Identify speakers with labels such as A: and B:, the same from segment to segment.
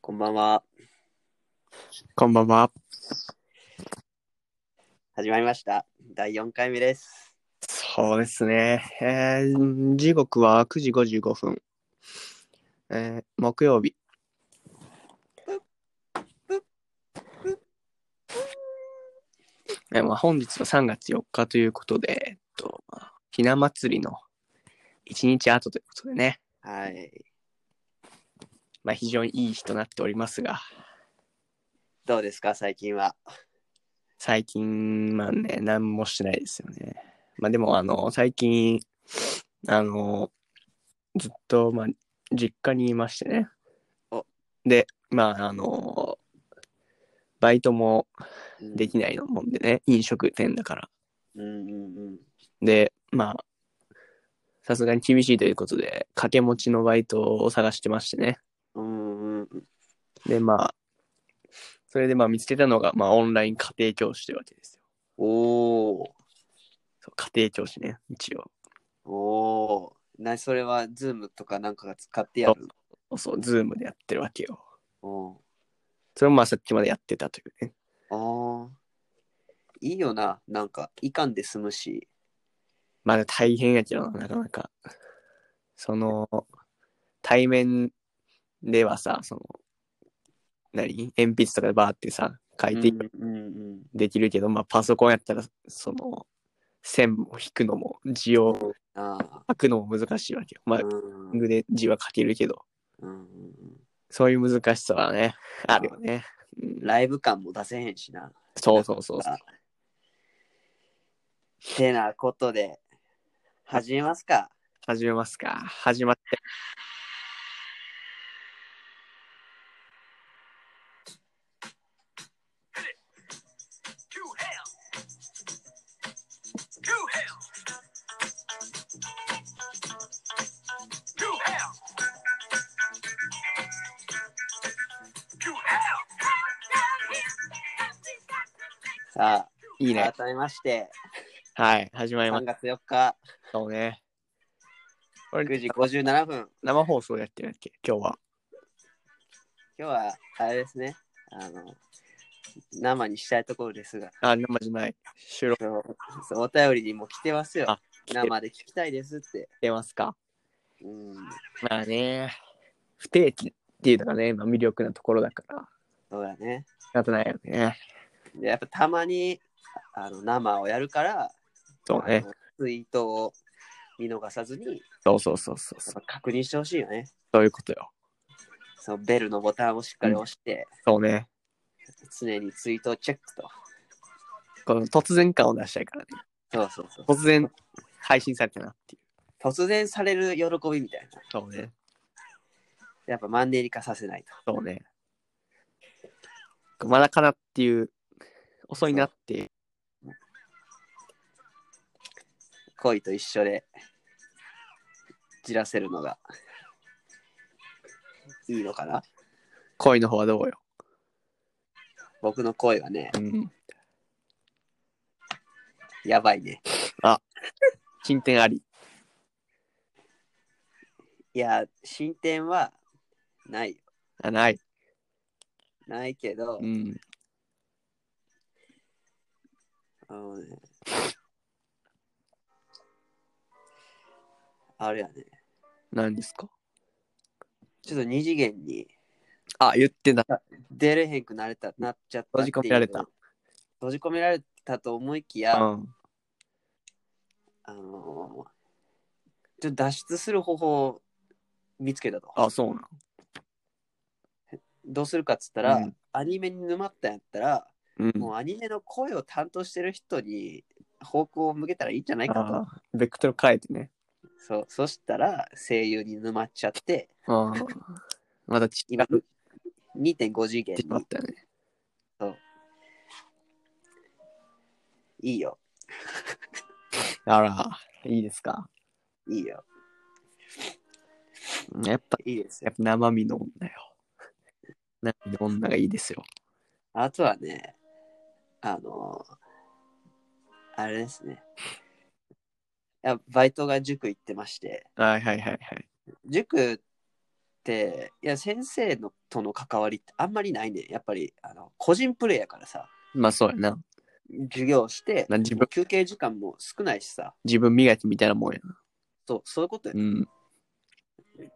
A: こんばんは。
B: こんばんは。
A: 始まりました。第4回目です。
B: そうですね。えー時刻は9時55分。えー木曜日。えーまあ、本日は3月4日ということで、えっと、まあひな祭りの1日後ということでね、
A: はい。
B: まあ、非常にいい日となっておりますが、
A: どうですか、最近は。
B: 最近、まあね、何もしてないですよね。まあでも、あの、最近、あの、ずっと、まあ、実家にいましてね
A: お。
B: で、まあ、あの、バイトも
A: うん
B: できないのもんでね、飲食店だから。
A: うんうんうん。
B: で、まあ、さすがに厳しいということで、掛け持ちのバイトを探してましてね。
A: うんうんうん。
B: で、まあ、それでまあ見つけたのが、まあ、オンライン家庭教師というわけですよ。
A: おー。
B: そう家庭教師ね、一応。
A: おー。なそれは、ズームとかなんかが使ってやる
B: そう、ズームでやってるわけよ。
A: お
B: それもまあさっきまでやってたというね。
A: ーおー。いいよな、なんか、いかんで済むし。
B: まだ大変やけどな、なかなか。その、対面ではさ、その、何鉛筆とかでバーってさ、書
A: う
B: い
A: ん
B: て
A: うんうん。
B: できるけど、まあパソコンやったら、その、線を引くのも字を
A: ああ。
B: 書くのも難しいわけよ。まあ、
A: うんうん
B: グで字は書けるけど、
A: うんうん。
B: そういう難しさはね、あるよね。うん
A: ライブ感も出せへんしな。
B: そうそうそうそう。
A: てなことで、始めますか。
B: 始めますか。始まって。
A: さあ。
B: いいね。
A: 改めまして、
B: はい、始まりま
A: 3
B: し
A: 月4日、
B: たよね。こ
A: 9時
B: れ、
A: 57分。
B: 生放送やってるんだっけ今日は。
A: 今日は、あれですね、あの、生にしたいところですが、
B: あ、生じゃない。収録
A: そうそうお便りにも来てますよ
B: あ。来てる
A: 生で聞きたいですって。
B: してますか
A: うん、
B: まあね、不定期っていうのがね、まあ、魅力なところだから、
A: そうだね。
B: 仕方ないよね。
A: でやっぱたまにあの生をやるから、
B: そうね
A: あ。のツイートを見逃さずに
B: そうそうそうそうそ
A: やっ
B: う。
A: ぱ確認してほしいよね。
B: そういうことよ。
A: そのベルのボタンをしっかり押して、
B: そうね。
A: 常にツイートをチェックと。
B: この突然感を出したいからね。
A: そうそうそう。
B: 突然配信されたなっていう。
A: 突然される喜びみたいな。
B: そうね。
A: やっぱマンネリ化させないと。
B: そうね。まだかなっていう、遅いなっていう。
A: 恋と一緒でじらせるのがいいのかな
B: 恋の方はどうよ。
A: 僕の恋はね
B: うん。
A: やばいね
B: 進展あり。
A: いや進展はないよ
B: あ、ない。
A: ないけど、
B: うん。
A: あのねあれやね
B: 何ですか
A: ちょっと二次元に
B: あ、言ってた。
A: 出れへんくなれたなっちゃったっていう
B: 閉じ込められた
A: 閉じ込められたと思いきや、
B: うん。
A: あのーちょっと脱出する方法を見つけたと
B: あ、そうなの。
A: どうするかっつったら、
B: うん
A: アニメに沼ったんやったら、
B: うん。
A: もうアニメの声を担当してる人に方向を向けたらいいんじゃないか
B: あーベクトル変えてね。
A: と。そう、そしたら声優に沼っちゃって、
B: あーまたちっ
A: 今、2.5次元
B: てしまっ
A: に
B: たよね。
A: いいよ、
B: あら、いいですか。
A: いいよ、
B: うんやっぱ、
A: いいです
B: や
A: よ
B: っ。ぱ生身の女よ。生身の女がいいですよ。
A: あとはね、あのーあれですね。いやバイトが塾行ってまして、
B: はいはいはいはい。
A: 塾って、いや、先生のとの関わりってあんまりないね。やっぱり、あの、個人プレイやからさ、
B: まあそうやな。
A: 授業して、
B: な自分、
A: 休憩時間も少ないしさ、
B: 自分磨きみたいなもんやな。
A: そう、そういうことや。
B: うん。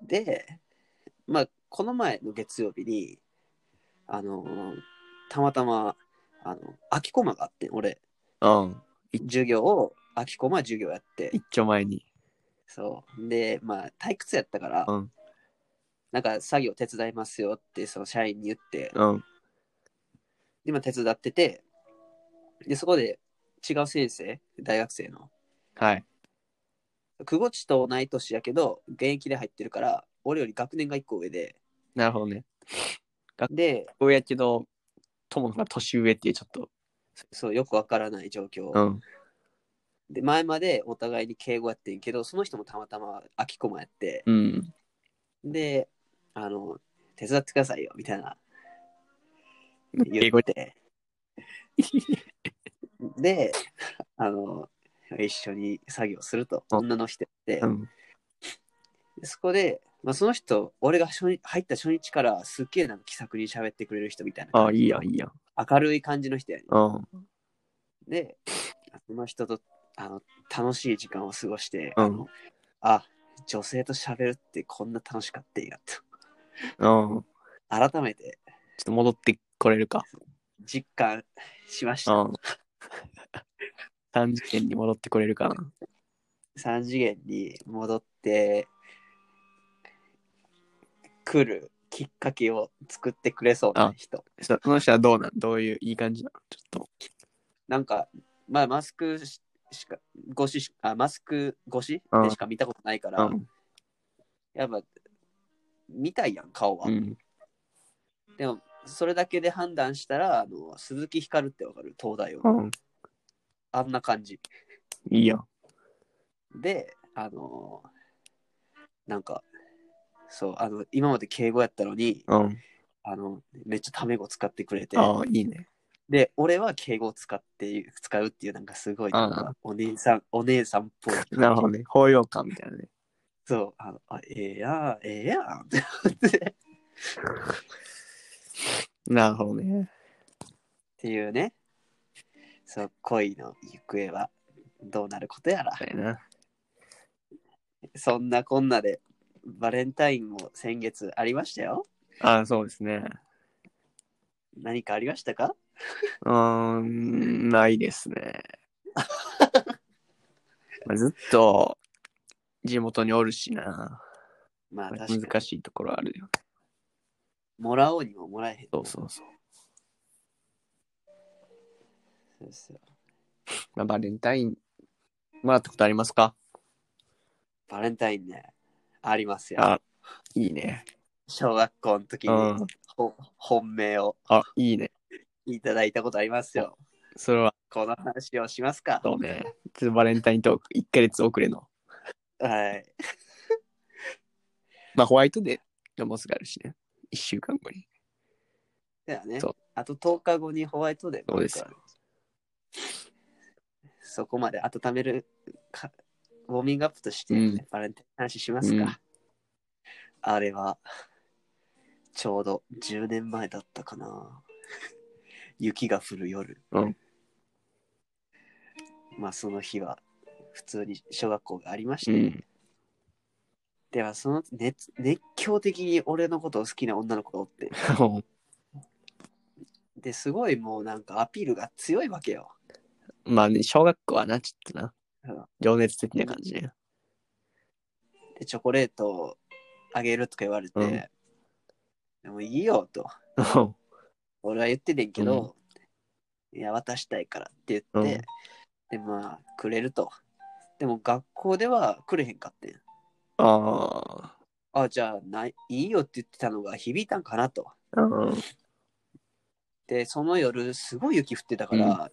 A: で、まあ、この前の月曜日に、あのーたまたま、あの、空きコマがあって、俺、
B: うん。
A: 授業を、空きコマ授業やって、
B: 一丁前に。
A: そう。で、まあ、退屈やったから、
B: うん。
A: なんか作業手伝いますよって、その社員に言って、
B: うん。
A: 今手伝ってて、で、そこで違う先生、大学生の、
B: はい。
A: 久保地と同い年やけど、現役で入ってるから、俺より学年が1個上で、
B: なるほどね。
A: で、
B: こうやけど、友の方が年上っていうちょっと。
A: そう、よくわからない状況。
B: うん。
A: で、前までお互いに敬語やってんけど、その人もたまたま空きコマやって、
B: うん。
A: で、あの、手伝ってくださいよ、みたいな。
B: 英
A: 言
B: 語
A: っ。て。 で、あの、一緒に作業すると、
B: うん
A: 女の人で
B: う、ん。
A: でそこで、まあ、その人、俺が初日入った初日からすっげえなんか気さくに喋ってくれる人みたいな
B: ああ、
A: 感
B: い
A: じ
B: いやん、いいやん。
A: 明るい感じの人やね
B: うん。
A: ん。で、その人とあの楽しい時間を過ごして、
B: うん
A: あのあ、女性と喋るってこんな楽しかったんやと。
B: うん。
A: 改めて
B: ちょっと戻ってこれるか。
A: 実感しまし
B: う
A: た。
B: ん。3次元に戻ってこれるかな。
A: 3次元に戻ってくるきっかけを作ってくれそうな人。
B: そその人はどうなんどういう、いい感じなのちょっ
A: なんか、まあ、マスクししか、越ししあ、マスク越し
B: うん
A: でしか見たことないから、
B: と。うん。
A: やっぱ、見たいやん、顔は。
B: うん。
A: でも、それだけで判断したら、あの鈴木ひかるってわかる東大を。
B: うん。
A: あんな感じ。
B: いいやん。
A: で、あのなんか、そう、あの、今まで敬語やったのに、
B: うん。
A: あの、めっちゃタメ語使ってくれて、
B: ああ、いいね。
A: で、俺は敬語を使って、使うっていう、なんかすごい、なんか、お姉さん、お姉さんっぽい。
B: なるほどね。包容感みたいなね。
A: そう、あの、あええやん、ええやんって思ってっ
B: なるほどね。
A: ていうね、そう、恋の行方はどうなることやら、
B: そうやな。
A: そんなこんなで、バレンタインも先月ありましたよ。
B: ああ、そうですね。
A: 何かありましたか
B: うーん、ないです ね。まあずっと地元におるしな。
A: まあ、確かに、
B: 難しいところあるよ。
A: もらおうにももらえへん。
B: そうそうそう。
A: そうそう
B: まあ、バレンタイン、もらったことありますか
A: バレンタインね、ありますよ。
B: あ、いいね。
A: 小学校の時
B: う
A: に、
B: ん。
A: ほ本命を
B: あ、いいね。
A: いただいたことありますよ。
B: それは、
A: この話をしますか。
B: そうね。ちょっとバレンタイントーク、1ヶ月遅れの。
A: はい。
B: まあ、ホワイトデーのもうすぐあるしね。1週間後に。
A: だよね
B: そう。
A: あと10日後にホワイトデーがあるからそこまで温めるかウォーミングアップとして、
B: うん
A: バレンタインの話しますか、
B: うん
A: あれは、ちょうど10年前だったかな。雪が降る夜。
B: うん
A: まあ、その日は、普通に小学校がありまし
B: う
A: て、
B: ん。
A: では、その熱熱狂的に俺のことを好きな女の子がおって、ですごいもうなんかアピールが強いわけよ。
B: まあね、小学校はな、ちょっとな
A: うん。
B: 情熱的な感じね。
A: で、チョコレートをあげるとか言われて、
B: うん
A: でもいいよと、
B: うん
A: 俺は言っててんけど、いや、渡したいからって言って、で、まあ、くれると。でも学校ではくれへんかってん。
B: あ
A: あ、じゃあない、いいよって言ってたのが響いたんかなと。
B: あ。うん。
A: で、その夜、すごい雪降ってたから、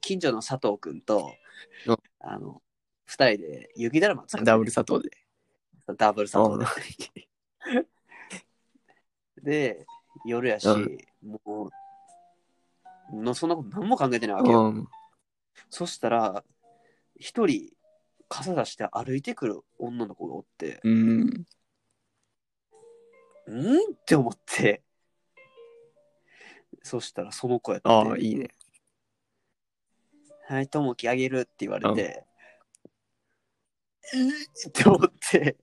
A: 近所の佐藤くんと、
B: うん
A: あの、二人で雪だるま作って
B: ダブル佐藤で。
A: ダブル佐藤で。
B: う
A: で、夜やし、
B: うん
A: もう、のそんなこと何も考えてないわけよ。
B: ん。うん
A: そしたら、一人、傘出して歩いてくる女の子がおって、
B: うん。
A: んって思って。そしたらその子やって。
B: ああ、いいね。
A: はい、ともきあげるって言われて、えーって思って、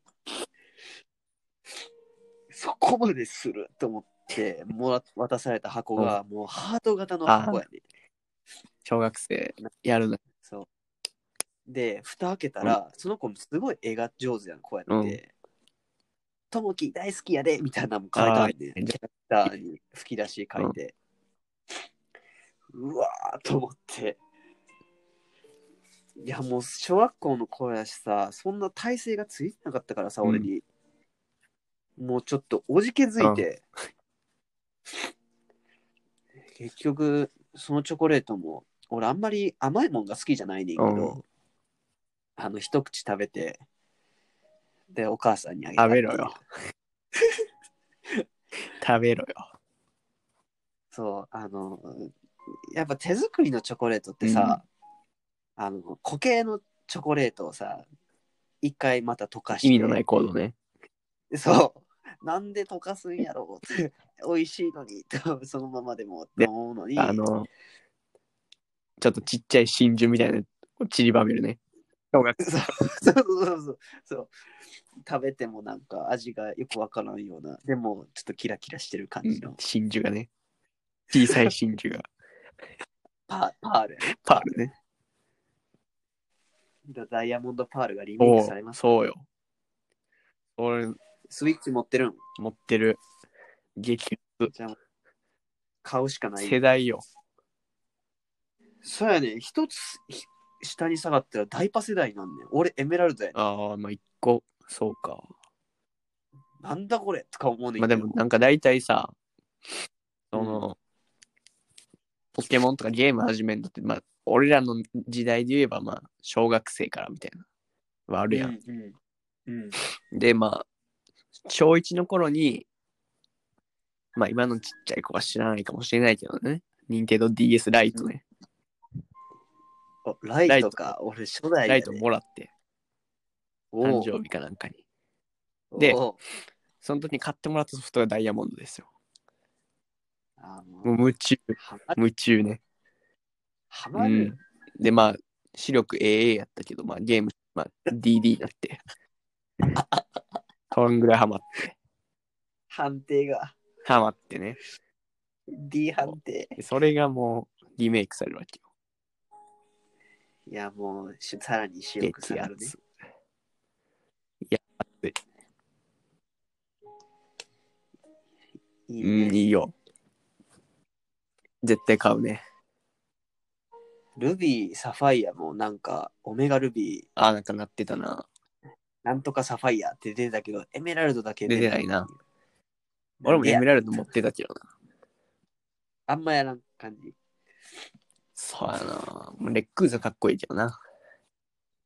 A: そこまですると思って、もら渡された箱が、もうハート型の箱やね。
B: 小学生やるな。
A: そうで、蓋開けたら、その子もすごい絵が上手やん、こうやって。ともき大好きやでみたいなのも書いてあるね。
B: じゃ
A: ツイッターに吹き出し書いて、うわーと思っていやもう小学校の頃やしさそんな体勢がついてなかったからさ、
B: うん
A: 俺にもうちょっとおじけづいて、結局そのチョコレートも俺あんまり甘いもんが好きじゃないねんけど、
B: うん
A: あの一口食べてでお母さんにあげた
B: 食べろよ。食べろよ。
A: そう、あの、やっぱ手作りのチョコレートってさ、あの、固形のチョコレートをさ、一回また溶かして。
B: 意味のない行動ね。
A: そう。なんで溶かすんやろうって、美味しいのに、とそのままでもって思うのに、
B: あの、ちょっとちっちゃい真珠みたいなのを散りばめるね。小学
A: そう そうそうそうそう。食べてもなんか味がよくわからんような、でもちょっとキラキラしてる感じの
B: 真珠がね。小さい真珠が。
A: パーパールやね。
B: パールね。
A: ダイヤモンドパールがリメイ
B: お
A: クされ
B: う
A: ます。
B: そうよ。俺、
A: スイッチ持ってるん
B: 持ってる。激
A: じゃあ買うしかないよ
B: 世代よ。
A: そうやね、一つひ下に下がったらダイパ世代なんねん。俺、エメラルドやね
B: ああ、まあ一個、そうか。
A: ん。なんだこれとか思うねん
B: まあ
A: け
B: で
A: ど
B: もなんか大体さ、
A: う
B: そ
A: ん
B: の、ポケモンとかゲーム始めるのって、まあ俺らの時代で言えばまあ小学生からみたいな。はあるやん。
A: うんうん。うん。
B: でまあ、小1の頃に、まあ今のちっちゃい子は知らないかもしれないけどね。任天堂 DS ライトね。
A: おライトか、俺、初代やで
B: ライトもらって、誕
A: おう
B: 生日かなんかに。で
A: おう
B: その時に買ってもらったソフトがダイヤモンドですよ。
A: あの
B: もう夢中、
A: はまる
B: 夢中ね。
A: は
B: う
A: まる
B: ん。で、まあ、視力 AA やったけど、まあ、ゲーム、まあ、DD になって。 そんぐらいハマって、
A: 判定が。
B: ハマってね。
A: D 判定。
B: でそれがもう、リメイクされるわけよ。
A: いや、もう、しさらに視力下
B: 激
A: が
B: ア
A: るね。
B: ツ。いや、熱い。
A: いい
B: うん、
A: ね。
B: いいよ。絶対買うね。
A: ルビー、サファイアもなんか、オメガルビー、
B: ああ、なんかなってたな。
A: なんとかサファイアって出てたけど、エメラルドだけ
B: 出てないな。俺もエメ
A: ラル
B: ラルド持ってたけどな。
A: ド。あんまやらん感じ。
B: そうやな。もうレックーザかっこいいけどな。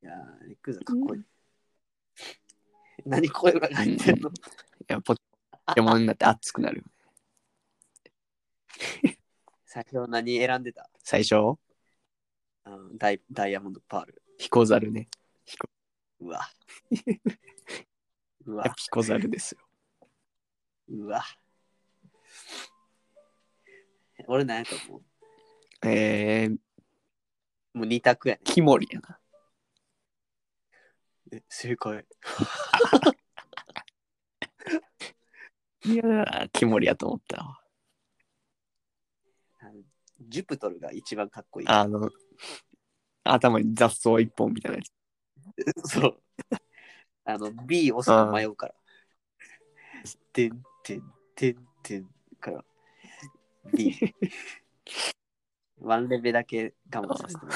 A: いやー、レックーザかっこいい。何声裏返ってんの、
B: いや、ポケモンになって熱くなる。
A: 最初何選んでた、
B: 最初、
A: うん、ダイダイヤモンドパール。
B: ヒコザルね。
A: うわ。う
B: やっ
A: わ
B: ぱ。ヒコザルですよ。
A: うわ。俺何やと思
B: えー、
A: うもう二択やね
B: キモリやな。
A: え正解。
B: いやー、キモリやと思ったわ。
A: あのジュプトルが一番かっこいい。
B: あの、頭に雑草一本みたいなやつ。
A: そう。 あの、B 押すの迷うから。てんてんてんてんから。B。ワンレベだけ我慢させても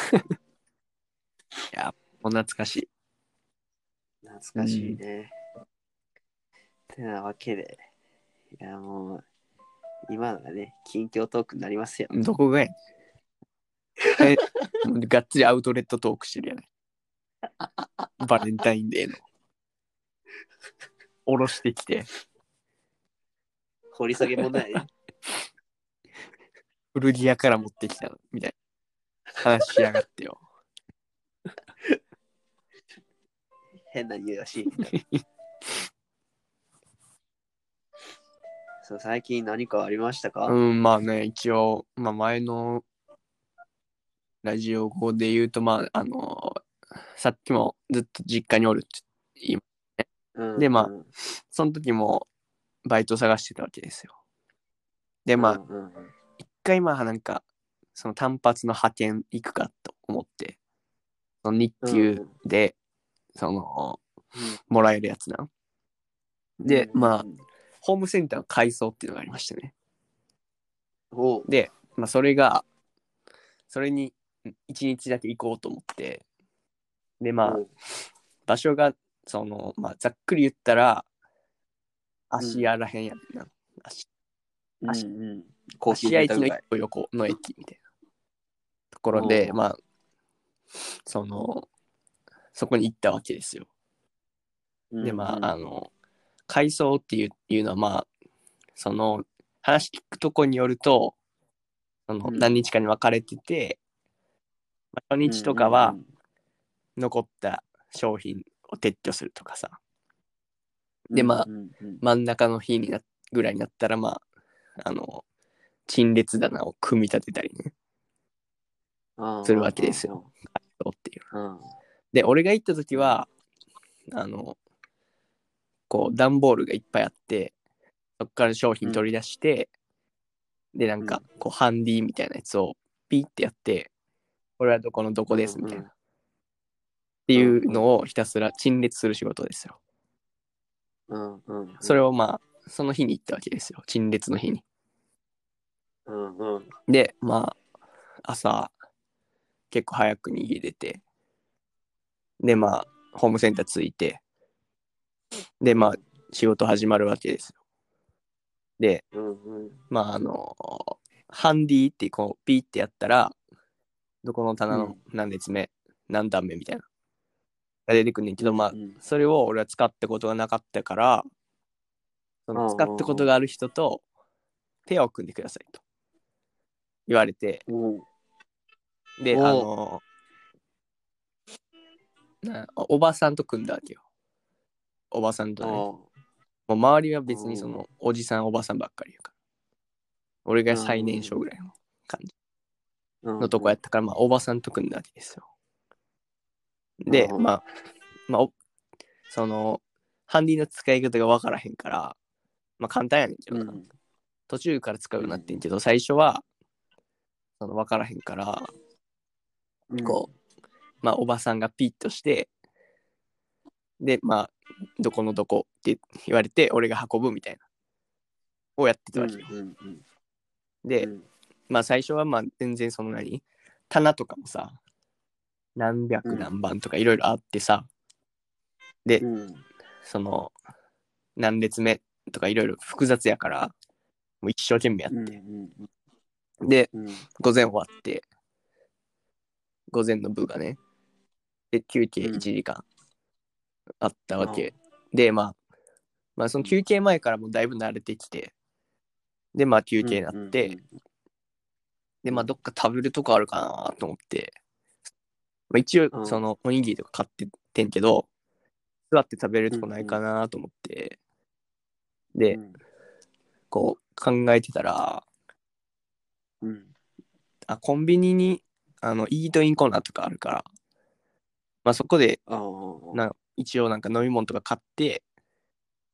A: らう
B: お懐かしい。
A: 懐かしいね。てなわけで、いやもう、今のがね、近況トークになりますよ。
B: どこがやねんえ、もうがっつりアウトレットトークしてるやない。バレンタインデーの。おろしてきて、
A: 掘り下げ問題ね。
B: 古着屋から持ってきたのみたいな話しやがってよ。
A: 変な匂いがし。そう最近何かありましたか、
B: うん、まあね、一応、まあ前のラジオ語で言うと、まあ、あの、さっきもずっと実家におるって、
A: うん
B: でまあ
A: うん
B: その時もバイト探してたわけですよ。で、まあ、
A: うんうん
B: 一回まあなんか、その単発の派遣行くかと思って、その日給で、その、もらえるやつな。
A: うん
B: で、まあ
A: う、ん
B: ホームセンターの改装っていうのがありましてね。
A: おう
B: で、まあ、それが、それに一日だけ行こうと思って、で、まあ
A: お、う
B: 場所が、その、まあ、ざっくり言ったら、芦屋らへんやねんな。足
A: うんうん、高級
B: 芦屋
A: 住
B: 駅の
A: 宅
B: 一
A: 街
B: 個横の駅みたいなところで、
A: うん
B: まあ、その、そこに行ったわけですよ。で、まあ、あの、改装っていういうのは、まあ、その、話聞くとこによると、その
A: うん
B: 何日かに分かれてて、まあ、初日とかは
A: うんうん
B: 残った商品を撤去するとかさ、
A: うん、
B: でまあ
A: うんうん
B: 真ん中の日になぐらいになったら、まあ、あの、陳列棚を組み立てたりね、
A: うん、
B: するわけですよそうっていう。
A: うん。
B: で、俺が行った時は、あの、こう、段ボールがいっぱいあって、そこから商品取り出して、で、なんか、こう、ハンディみたいなやつをピッてやって、これはどこのどこです、みたいな。
A: うんうん
B: っていうのをひたすら陳列する仕事ですよ。
A: うんうんうん、
B: それをまあ、その日に行ったわけですよ。陳列の日に。
A: うんうん
B: で、まあ、朝、結構早くに家出て、で、まあ、ホームセンター着いて、で、まあ、仕事始まるわけですよ。で、
A: うんうん
B: まあ、あのハンディってこう、ピーってやったら、どこの棚
A: う
B: の
A: ん
B: 何列目、何段目みたいな、が出てくんねんけど、まあ
A: う、ん
B: それを俺は使ったことがなかったから、
A: う
B: そ
A: んうん
B: の
A: うん
B: 使ったことがある人とペアを組んでくださいと言われて、
A: おう
B: で、
A: おう
B: あのなおばさんと組んだわけよ。おばさんとね。もう周りは別にその、おじさん、おばさんばっかりやから。俺が最年少ぐらいの
A: あー
B: のとこやったから、まあ、おばさんと組んだわけですよ。で、
A: うん
B: まあ、まあ、おその、ハンディの使い方がわからへんから、まあ、簡単やねんけ
A: う
B: ど
A: ん
B: な、
A: うん
B: 途中から使うようになってんけど、最初は、その、わからへんから、
A: うん
B: こまあ、おばさんがピッとして、で、まあ、どこのどこって言われて、俺が運ぶみたいな、をやって
A: う
B: た
A: ん
B: わ
A: う
B: けよ。
A: んうん
B: で
A: う、ん
B: まあ、最初はまあ、全然その何棚とかもさ、何百何番とかいろいろあってさ、
A: うん
B: その、何列目とかいろいろ複雑やから、もう一生懸命や
A: うん
B: って。
A: うん
B: で、
A: うん
B: 午前終わって、午前の部がね、で、休憩
A: うん
B: 1時間あったわけ。で、まあ、まあ、その休憩前からもうだいぶ慣れてきて、で、まあ、休憩になって、で、まあ、どっか食べるとこあるかなと思って、まあ、一
A: う
B: 応、
A: ん
B: その、おにぎりとか買ってってんけど、座って食べるとこないかなと思って、で、こう、考えてたら、
A: うんうん
B: あ、コンビニに、あの、イートインコーナーとかあるから、まあそこで、
A: あー
B: な一応なんか飲み物とか買って、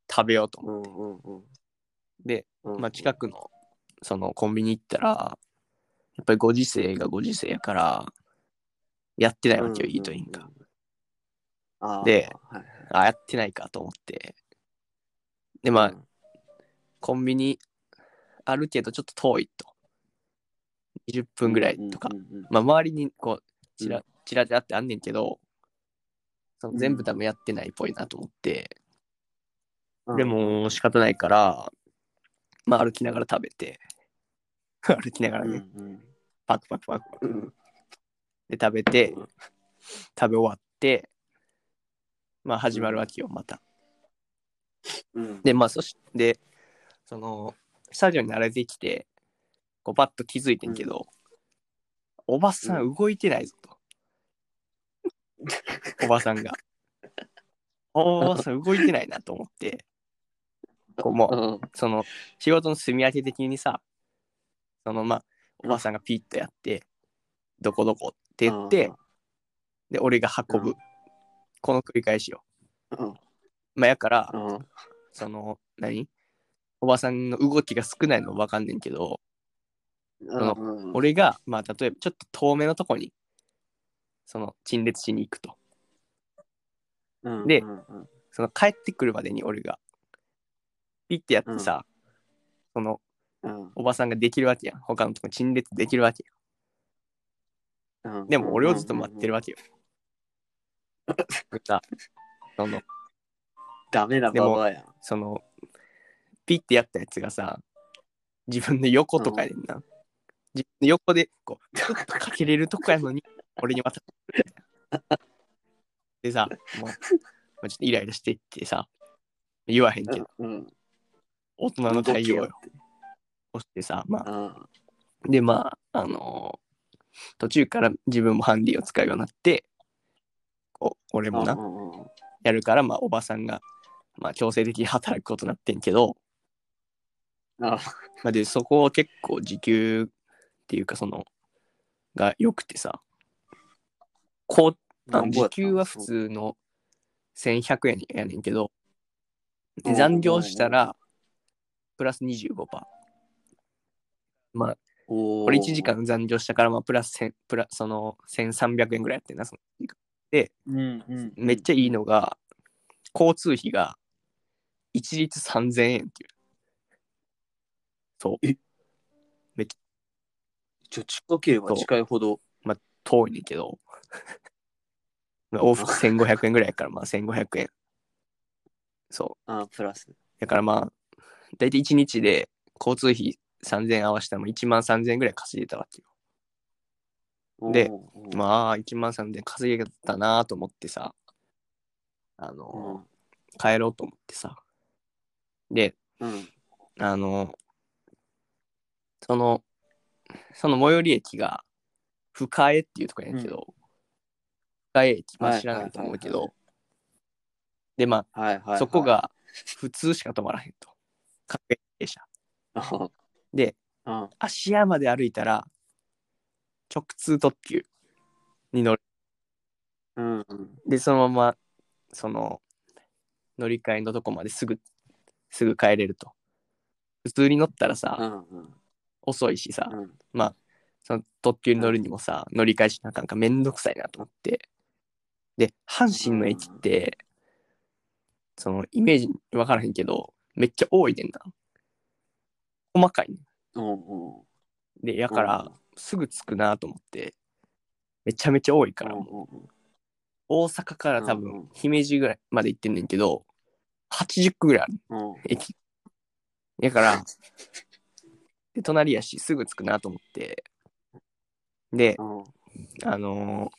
B: 食べようと
A: う
B: 思
A: ん
B: っ
A: う
B: て。
A: んうん
B: で、
A: うん
B: まあ近くの、そのコンビニ行ったら、やっぱりご時世がご時世やから、やってないわけよ、
A: うん
B: イートインが。
A: あー
B: で
A: はい
B: あ、やってないかと思って。で、まあ、コンビニあるけど、ちょっと遠いと。20分ぐらいとか
A: う。んうんうん
B: まあ、周りにこうち
A: う
B: らちらちらってあんねんけど、その全部多分やってないっぽいなと思って、
A: うん
B: でも仕方ないから、まあ、歩きながら食べて 歩きながら
A: うん
B: ね、
A: うん
B: パクパクパクパク
A: うん
B: で食べて、
A: うん
B: 食べ終わってまあ始まるわけよまた
A: うん
B: でまあそしてそのスタジオに慣れてきてこうパッと気づいてんけど、おばさん動いてないぞ と、おばさんがおばさん動いてないなと思ってこうもう
A: うん。
B: その仕事の住み分け的にさそのまあおばさんがピッとやって「どこどこ」って言って、で俺が運ぶ、
A: うん
B: この繰り返しよ
A: うん。
B: まあやから、
A: うん。
B: その何おばさんの動きが少ないのわかんねんけどの
A: うん、
B: 俺がまあ例えばちょっと遠目のとこにその陳列しに行くと
A: うん、
B: で
A: うんうん
B: その帰ってくるまでに俺がピッてやってさ、その
A: うん
B: おばさんができるわけやん他のとこに陳列できるわけ
A: うん、
B: でも俺をずっと待ってるわけよ。 さその、
A: ダメな
B: でも
A: ババアやん。
B: その、ピッてやったやつがさ、自分の横とかやねんな。自分の横で、こう、ちょっとかけれるとこ やのに、俺に渡ってくる。でさ、もう、まあちょっとイライラしていってさ、言わへんけど、
A: うん。
B: 大人の対応
A: 動
B: をしてさ、まあ、
A: うん。
B: で、まあ、あのー途中から自分もハンディを使うようになって、こう、俺もな、
A: うんうん
B: やるから、まあ、おばさんが、まあ、強制的に働くことになってんけど、
A: あ
B: まあ、でそこは結構時給っていうかそのが良くてさこうあ
A: なんぼやった
B: 時給は普通の1100円やねんけど
A: う
B: で
A: ん
B: 残業したらプラス25%まあ
A: おー
B: これ1時間残業したからまあプラス1000プラその1300円ぐらいやってんなその時間
A: うんうん、
B: めっちゃいいのが、交通費が一律3000円っていう。そう。
A: えちょ近ければ近いほど
B: 遠いねんけ ど。まあ往復1500円ぐらいやから、まあ1500円。そ
A: あプラス
B: う。だからまあ、だいたい1日で交通費3000円合わせたらまあ1万3000円ぐらい稼いでたわけよ。で
A: あ、
B: まあ、1万3000円稼げたなと思ってさ、あ
A: うん
B: の、帰ろうと思ってさ。で、
A: うん
B: あの、その、その最寄り駅が、深江っていうとこやねんけど、深江駅、ま
A: は
B: あ
A: い
B: 知らないと思うけ
A: はい
B: ど、で、ま
A: はいはいは
B: あ、
A: い、
B: そこが普通しか止まらへんと。各駅停車。
A: うん
B: で、
A: うん
B: 芦屋まで歩いたら、直通特急に乗る。
A: うんうん
B: で、そのまま、その、乗り換えのとこまですぐ、すぐ帰れると。普通に乗ったら
A: う
B: さ、
A: んうん
B: 遅いしさ、
A: うん
B: その特急に乗るにもさ、乗り換えしなあかんかめんどくさいなと思って。で、阪神の駅って、そのイメージ分からへんけど、めっちゃ多いねんな。細かいね
A: うんうん
B: ん。で、やから、すぐ着くなと思って、めちゃめちゃ多いから、
A: うん
B: もう
A: うん
B: 大阪から
A: う
B: 多
A: んう
B: 分
A: ん、
B: 姫路ぐらいまで行ってんねんけど、80個ぐらいある
A: うんうん
B: 駅。やから、で、隣やし、すぐ着くなと思って。で、
A: うん
B: あのー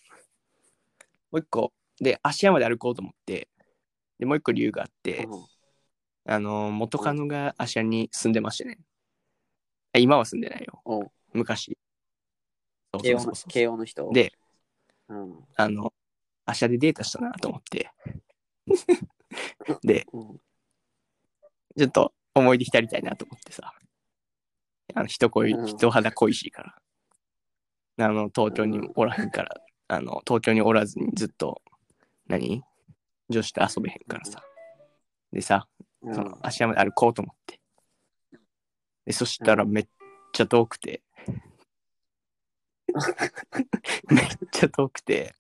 B: もう一個、で、芦屋まで歩こうと思って、で、もう一個理由があって、あのー元カノが芦屋に住んでましたね。あ今は住んでないよ。
A: お
B: 昔。そう
A: 慶
B: そ
A: 応
B: うそ
A: の
B: うそう
A: 慶応の人
B: で、
A: うん
B: あの、芦屋でデートしたなと思って。で、
A: うん
B: ちょっと思い出浸りたいなと思ってさ。あの人恋、
A: うん
B: 人肌恋しいから。あの、東京におらへんから、あの、東京におらずにずっと、何女子と遊べへんからさ。でさ、
A: うん
B: その足山で歩こうと思って。でそしたらめっちゃ遠く て。めっちゃ遠くて。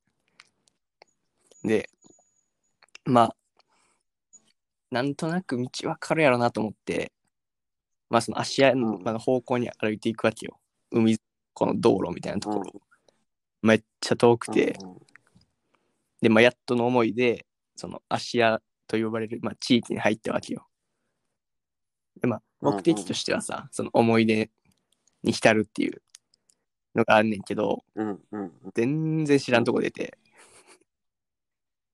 B: で、まあ、なんとなく道わかるやろなと思って、まあその足山
A: うん
B: の方向に歩いていくわけよ。海、この道路みたいなところ。
A: う
B: めっちゃ遠くて、
A: うん
B: で、まあ、やっとの思いで、その芦屋と呼ばれる、まあ、地域に入ったわけよ。で、まあ、目的としてはさ、その思い出に浸るっていうのがあんねんけど、
A: うんうんうん
B: 全然知らんとこ出て、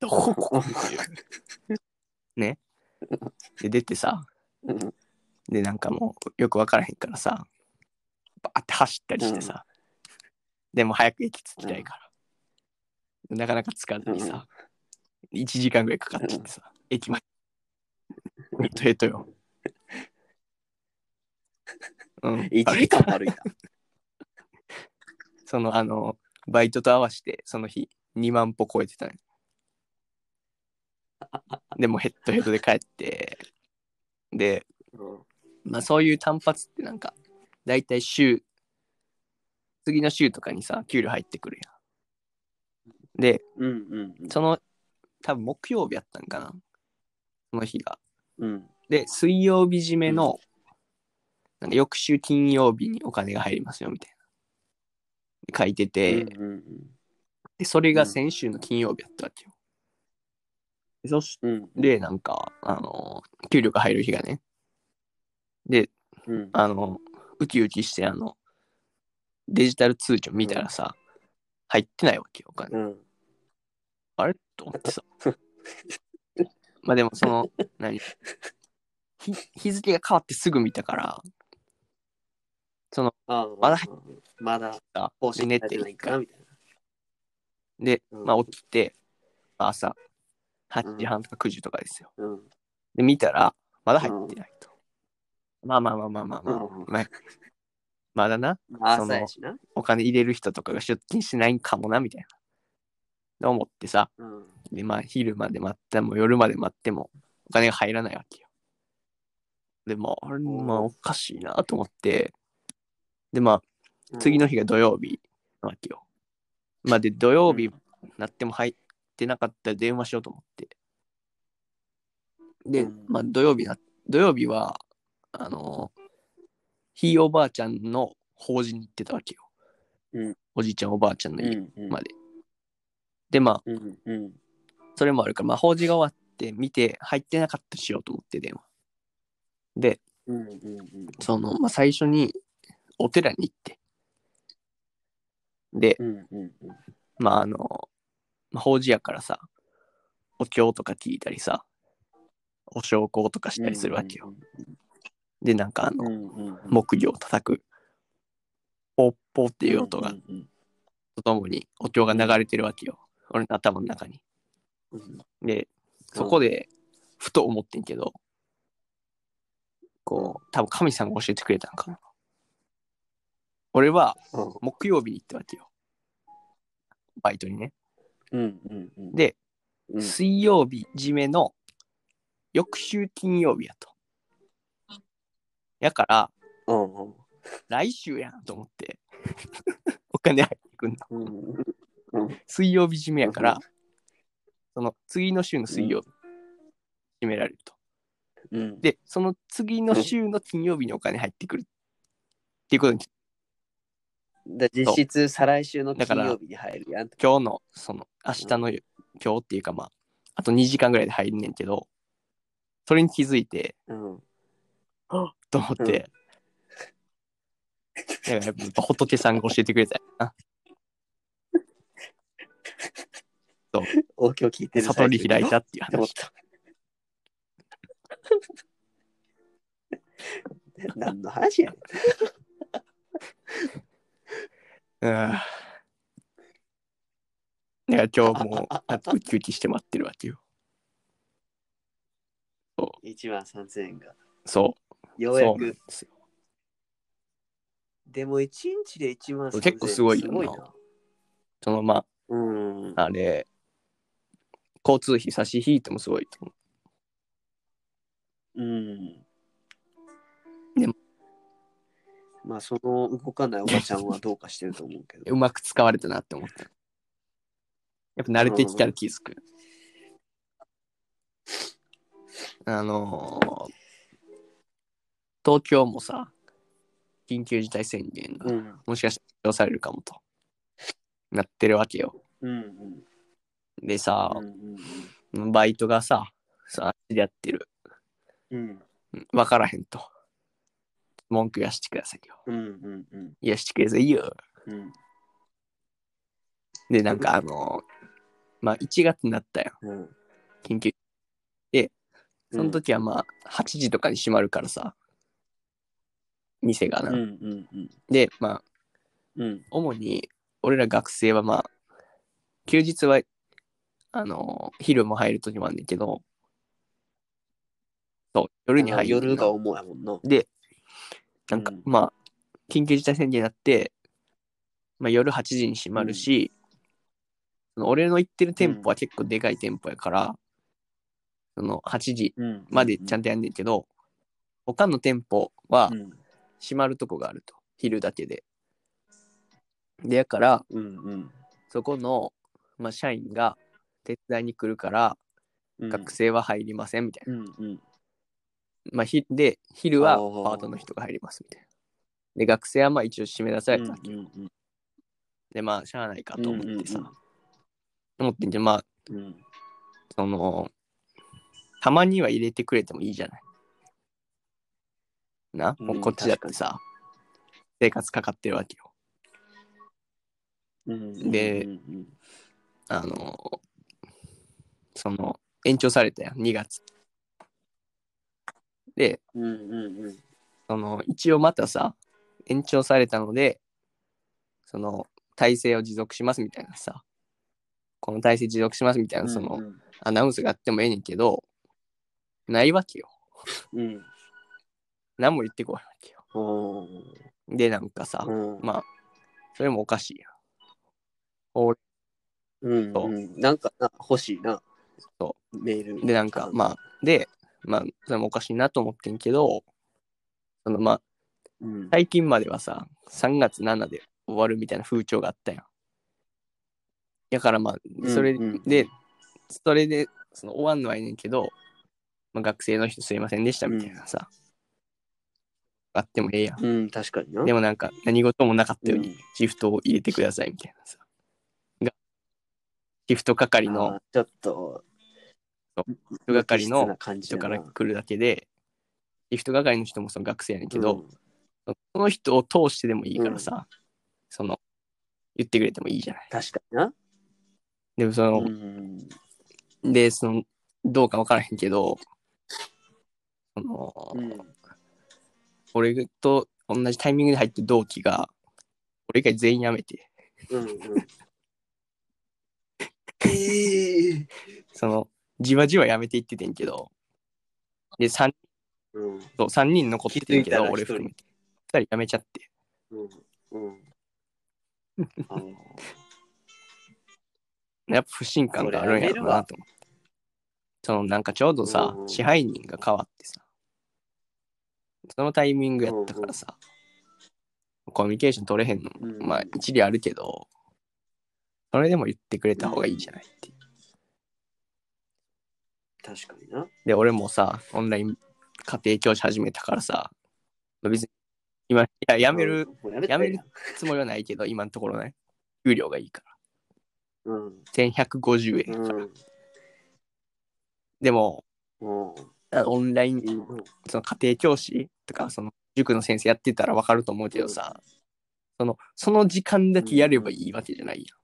B: どこここっていう。ね。で、出てさ、
A: うん
B: で、なんかもうよくわからへんからさ、バーって走ったりしてさ、でも早く駅着きたいから、なかなか着かずにさ、1時間ぐらいかかっちゃってさ、駅まで、ヘトヘトよ。うん、
A: 1時間歩いた。
B: そのあのバイトと合わせてその日2万歩超 えてたねでもヘッドヘッドで帰ってでまあそういう単発ってなんか大体週次の週とかにさ給料入ってくるやんで
A: うんうんうん。
B: その多分木曜日やったんかなその日が
A: うん。
B: で水曜日締めの、なんか翌週金曜日にお金が入りますよみたいな書いてて、
A: うんうん
B: で、それが先週の金曜日やったわけよ。でそし
A: うんうん
B: て、なんか、あのー給料が入る日がね。で、
A: うん
B: あのーウキウキして、あの、デジタル通帳見たらさ、入ってないわけよ、お金。
A: うん
B: あれと思 ってさ。まあでも、その、何日日付が変わってすぐ見たから、
A: あ
B: まだ
A: まだ
B: あ
A: 更新
B: 寝
A: され
B: て
A: てないからみたいな。
B: で、まあ起きて、まあ朝8
A: ん
B: 時半とか9時とかですよ。
A: うん
B: で、見たら、まだ入ってないと。まあまあまあまあまあまあ、
A: うん
B: まあまだな、
A: まあ
B: その
A: 朝やしな。
B: お金入れる人とかが出勤しないんかもな、みたいな。で思ってさ、
A: うん
B: でまあ、昼まで待っても、夜まで待っても、お金が入らないわけよ。で、まあ、あれ、まあ、おかしいなと思って、で、まあ、次の日が土曜日なわけよ。まあ、で、土曜日なっても入ってなかったら電話しようと思って。で、
A: うん
B: まあ土曜日な、土曜日は、あのーひいおばあちゃんの法事に行ってたわけよ。
A: うん
B: おじいちゃんおばあちゃんの
A: うん
B: 家
A: うん
B: まで。で、まあ、
A: うんうん
B: それもあるから、まあ法事が終わって見て、入ってなかったらしようと思って電話。で、
A: うんうんうん
B: その、まあ最初にお寺に行って。で、
A: うんうんうん
B: まああの、まあ、法事やからさ、お経とか聞いたりさ、お焼香とかしたりするわけよ。で、なんかあ
A: う
B: の、
A: んうんうん。
B: 木魚を叩く、ポッポって
A: て
B: いう音がとともにお経が流れてるわけよ。俺の頭の中に。で、そこで、ふと思ってんけど、こう、多分神さんが教えてくれたんかな。俺は木曜日に行ったわけよ。バイトにね。
A: うんうんうん。
B: で、
A: うん
B: 水曜日締めの翌週金曜日やと。やから、
A: うんうん
B: 来週やんと思って。 お金入ってくんの。
A: うん
B: 水曜日締めやか
A: う
B: ら
A: ん、
B: その次の週の水曜日締められると。
A: うん
B: で、その次の週の金曜日にお金入ってくる。っていうことに、
A: だ実質再来週の金曜日に入るやん。
B: 今日の、その、明日の、今日っていうかまあ、あと2時間ぐらいで入んねんけど、それに気づいて、
A: うん。
B: と思って。 だからやっぱ仏さんが教えてくれたよな。
A: お経聞いてる
B: 悟り開いたっていう
A: って思っ
B: 話。
A: た。 何の話やね
B: うん。だから今日もあとウキウキして待ってるわけよ。
A: ん。1万3000円が。
B: そ
A: よ
B: う。
A: うや
B: そうなん
A: く
B: で。すよ。
A: でも1日で1万3000円。
B: 結構すごいよな
A: な。
B: そのま
A: うん。
B: あ、あれ、交通費差し引いてもすごいと思
A: うん。
B: でも
A: まあ、その動かないおばちゃんはどうかしてると思うけ
B: う。
A: ど。
B: うまく使われたなって思った。やっぱ慣れてきたら気づく。あのー東京もさ、緊急事態宣言が
A: うん。
B: もしかしたら発表されるかもとなってるわけよ。
A: うんうん。
B: でさ
A: う、んうん
B: バイトがさ、さあっちでやってる。
A: うん。
B: うんわからへんと。文句言わしてくださいよ。
A: うんうんうん
B: 言わしてくださいよ。
A: うん
B: で、なんかあのーまあ1月になったよ。
A: うん。
B: 緊急。その時はまあ8時とかに閉まるからさ、店が
A: う
B: な。
A: んうんうん
B: で、まあ
A: うん
B: 主に俺ら学生はまあ休日はあのー昼も入る時もあるんだけどそう夜に
A: あ
B: 入る
A: 夜が重いもんな。
B: でなんか、
A: うん
B: まあ、緊急事態宣言になって、まあ、夜8時に閉まるし、その俺の行ってる店舗は結構でかい店舗やから、その8時
A: うん。
B: までちゃん
A: と。
B: とやんねんけど、他の店舗は
A: うん。
B: 閉まるとこがあると、昼だけで。で、やから、
A: うん。うん
B: そこの、まあ、社員が手伝いに来るから、
A: うん。
B: 学生は入りませんみたいな。
A: うん。うん。
B: まあ、ひで、昼はパ
A: おー
B: ートの人が入りますみたいな。で、学生はまあ一応締めなさいってなって、
A: うんうん
B: で、まあ、しゃあないかと思ってさ、
A: うんうん
B: 思ってんじゃん、まあ、
A: うんうん
B: その、たまには入れてくれてもいいじゃない。な、もうこっちだってさ、生活かかってるわけよ。
A: うんうん。
B: で
A: うんうん
B: あの、その、延長されたやん、2月。で、
A: うんうんうん。
B: その、一応またさ、延長されたので、その、体制を持続しますみたいなさ、この体制持続しますみたいな、その、
A: うん
B: アナウンスがあってもええねんけど、ないわけよ。
A: うん。うん
B: 何も言ってこないわけよ。
A: お
B: で、なんかさ、
A: ー。
B: まあ、それもおかしいやん。俺
A: うんうん。なんかな、欲しいな。
B: そ
A: メール。
B: で、なんか、まあ、で、まあ、それもおかしいなと思ってんけど、その、まあ、
A: うん。
B: 最近まではさ、3月7で終わるみたいな風潮があったやん。だからまあ、それで、
A: うんうん
B: それで、その終わんのはいいねんけど、まあ、学生の人すいませんでしたみたいなさ、あってもええやん。
A: うん、確かにな。
B: で
A: も、
B: もなんか、何事もなかったよう
A: う
B: に
A: ん
B: シフトを入れてくださいみたいなさ。が、シフト係の
A: ちょっと、
B: 人係の人
A: 人
B: から来るだけで、シフト係の人もその学生やねんけど、
A: うん
B: その人を通してでもいいからさ、その、言ってくれてもいいじゃない。
A: 確かにな。
B: でもその、
A: うん。
B: で、その、どうかわからへんけど、その、
A: うん
B: 俺と同じタイミングで入って同期が、俺以外全員辞めて、
A: うんうん。ええ。
B: その、じわじわ辞めていっててんけど、で、3,
A: うん
B: そう三人残っててんけ
A: 気づ
B: ど、
A: いたら
B: 俺
A: 一人
B: 含めて。2人辞めちゃって。
A: うんうん。あー
B: やっぱ不信感があるんやろうなと思って。その、なんかちょうどさ、
A: うん
B: 支配人が変わってさ、そのタイミングやったからさ、コミュニケーション取れへんのも
A: うん
B: まあ一理あるけど、それでも言ってくれた方がいいじゃないっていう。
A: 確かにな。
B: で、俺もさ、オンライン家庭教師始めたからさ、別に今、いや、やめる
A: うん。もうやめ
B: やめる
A: たら
B: つもりはないけど、今のところね、給料がいいから。
A: やん。うん。
B: 1150円やから。
A: うん。
B: でも、
A: も
B: あオンライ
A: ういい
B: ン、
A: の
B: その家庭教師とか、その塾の先生やってたらわかると思うけどさ、その、その時間だけやればいいわけじゃないやん。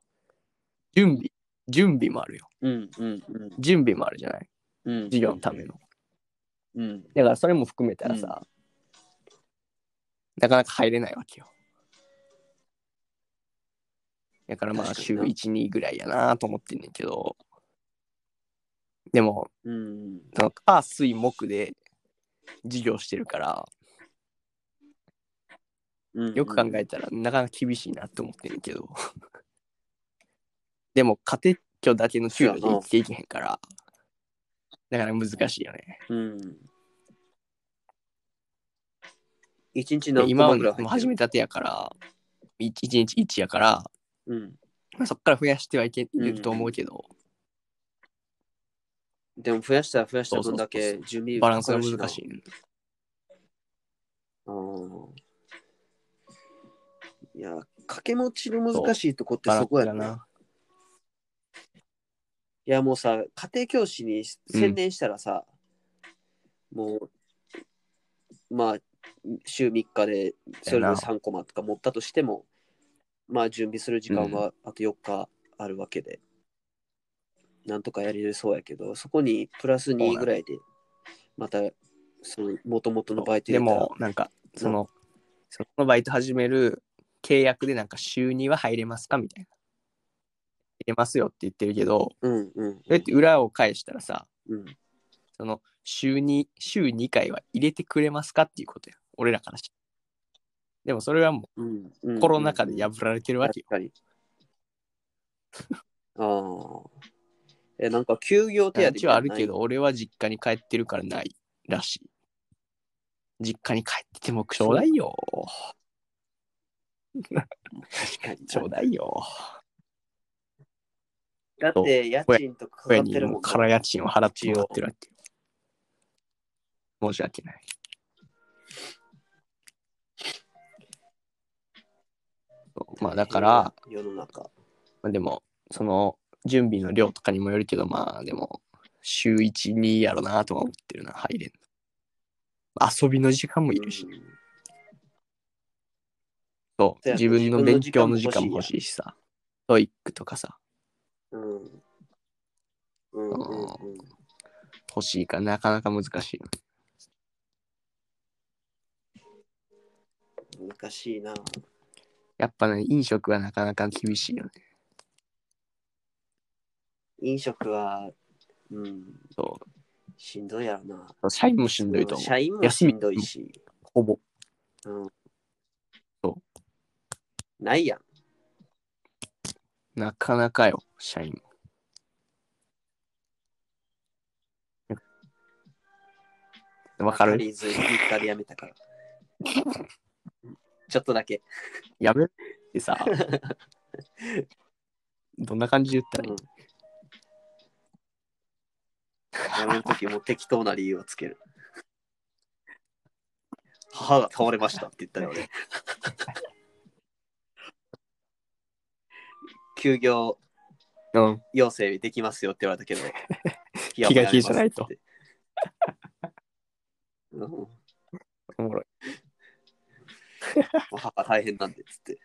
B: 準備、準備もあるよ。
A: うんうんうん
B: 準備もあるじゃない
A: うん。
B: 授業のための。
A: うん。
B: だからそれも含めたらさ、なかなか入れないわけよ。だからまあ
A: 確かに
B: 週
A: な
B: 1、2ぐらいやなと思ってんねんけど、でも、
A: うん。
B: その火、水、木で授業してるから、
A: うん。
B: よく考えたらなかなか厳しいなと思ってんねんけど、 でも家庭教だけの給料で生きていけへんから、だから難しいよね。
A: うん。一日
B: で
A: 何
B: 今
A: 個
B: は
A: ぐらい入ってる
B: 始めたてやから、1日1やから、
A: うん。
B: まあ、そこから増やしてはいけ
A: うん
B: ると思うけど、
A: でも増やしたら増やした分だ
B: そうそ
A: け
B: うそう
A: 準備
B: バランスが難
A: い。
B: しい。
A: あーいや、掛け持ちの難しいとこって
B: バラン
A: そ
B: ス
A: こや
B: が
A: な。
B: な。
A: いや、もうさ、家庭教師に専念したらさ、もう、まあ、週3日でそれで3コマとか持ったとしても、まあ、準備する時間はあと4日あるわけで、なんとかやれるそうやけど、そこにプラス
B: そうな
A: 2
B: の
A: ぐらいで、また、その、もともとのバイト入
B: で
A: れたら
B: も、なんか、その、そのバイト始める契約でなんか週には入れますかみたいな。入れますよって言ってるけど、
A: うんうん
B: それって裏を返したらさ、
A: うん。
B: その週に、週2回は入れてくれますかっていうことや。俺らからしでもそれはも
A: うんうん
B: うコロナ禍で破られてるわけ
A: 確
B: よ。
A: かに。 ああ。え、なんか休業手当み
B: 一応
A: た
B: あ
A: い
B: る
A: なのない
B: け。ど、俺は実家に帰ってるからないらしい。実家に帰っててもちょうだいよ。
A: 確かに。
B: ちょうだいよ。
A: だって家賃とかかか
B: 親
A: って
B: に
A: るもん
B: もうから家賃を払ってもらってるわけよ。申し訳ない。そうまあだから、、
A: 世の中。
B: まあ、でもその準備の量とかにもよるけどまあでも週12やろなとは思ってるな入れんの遊びの時間もいるし、
A: うん
B: そ
A: そ
B: う
A: うやね
B: 自分の勉強の時
A: 自分の時
B: 間も
A: 間も欲
B: 欲
A: し
B: しいしさトイックとかさ
A: うん。うんうんうん。
B: 欲しいからなかなか難しいな
A: 難しいな。
B: やっぱね飲食はなかなか厳しいよね
A: 飲食は、うん、
B: そ
A: しんどいやろな。
B: う社員もしんどいと思う
A: 社員もしんどいし、
B: ほぼ
A: ないやん。
B: なかなかよ社員もわか
A: わ
B: る
A: りず3日で辞めた から。ちょっとだけ。
B: やめってさ、 どんな感じで言ったらいい、
A: うん辞めるときも適当な理由をつける。 母が倒れましたって言ったよ俺。 休業
B: うん、
A: 要請できますよって言われたけど、気
B: 気が気じゃないと。
A: うん
B: おもろい。
A: 母が大変なんでっつって。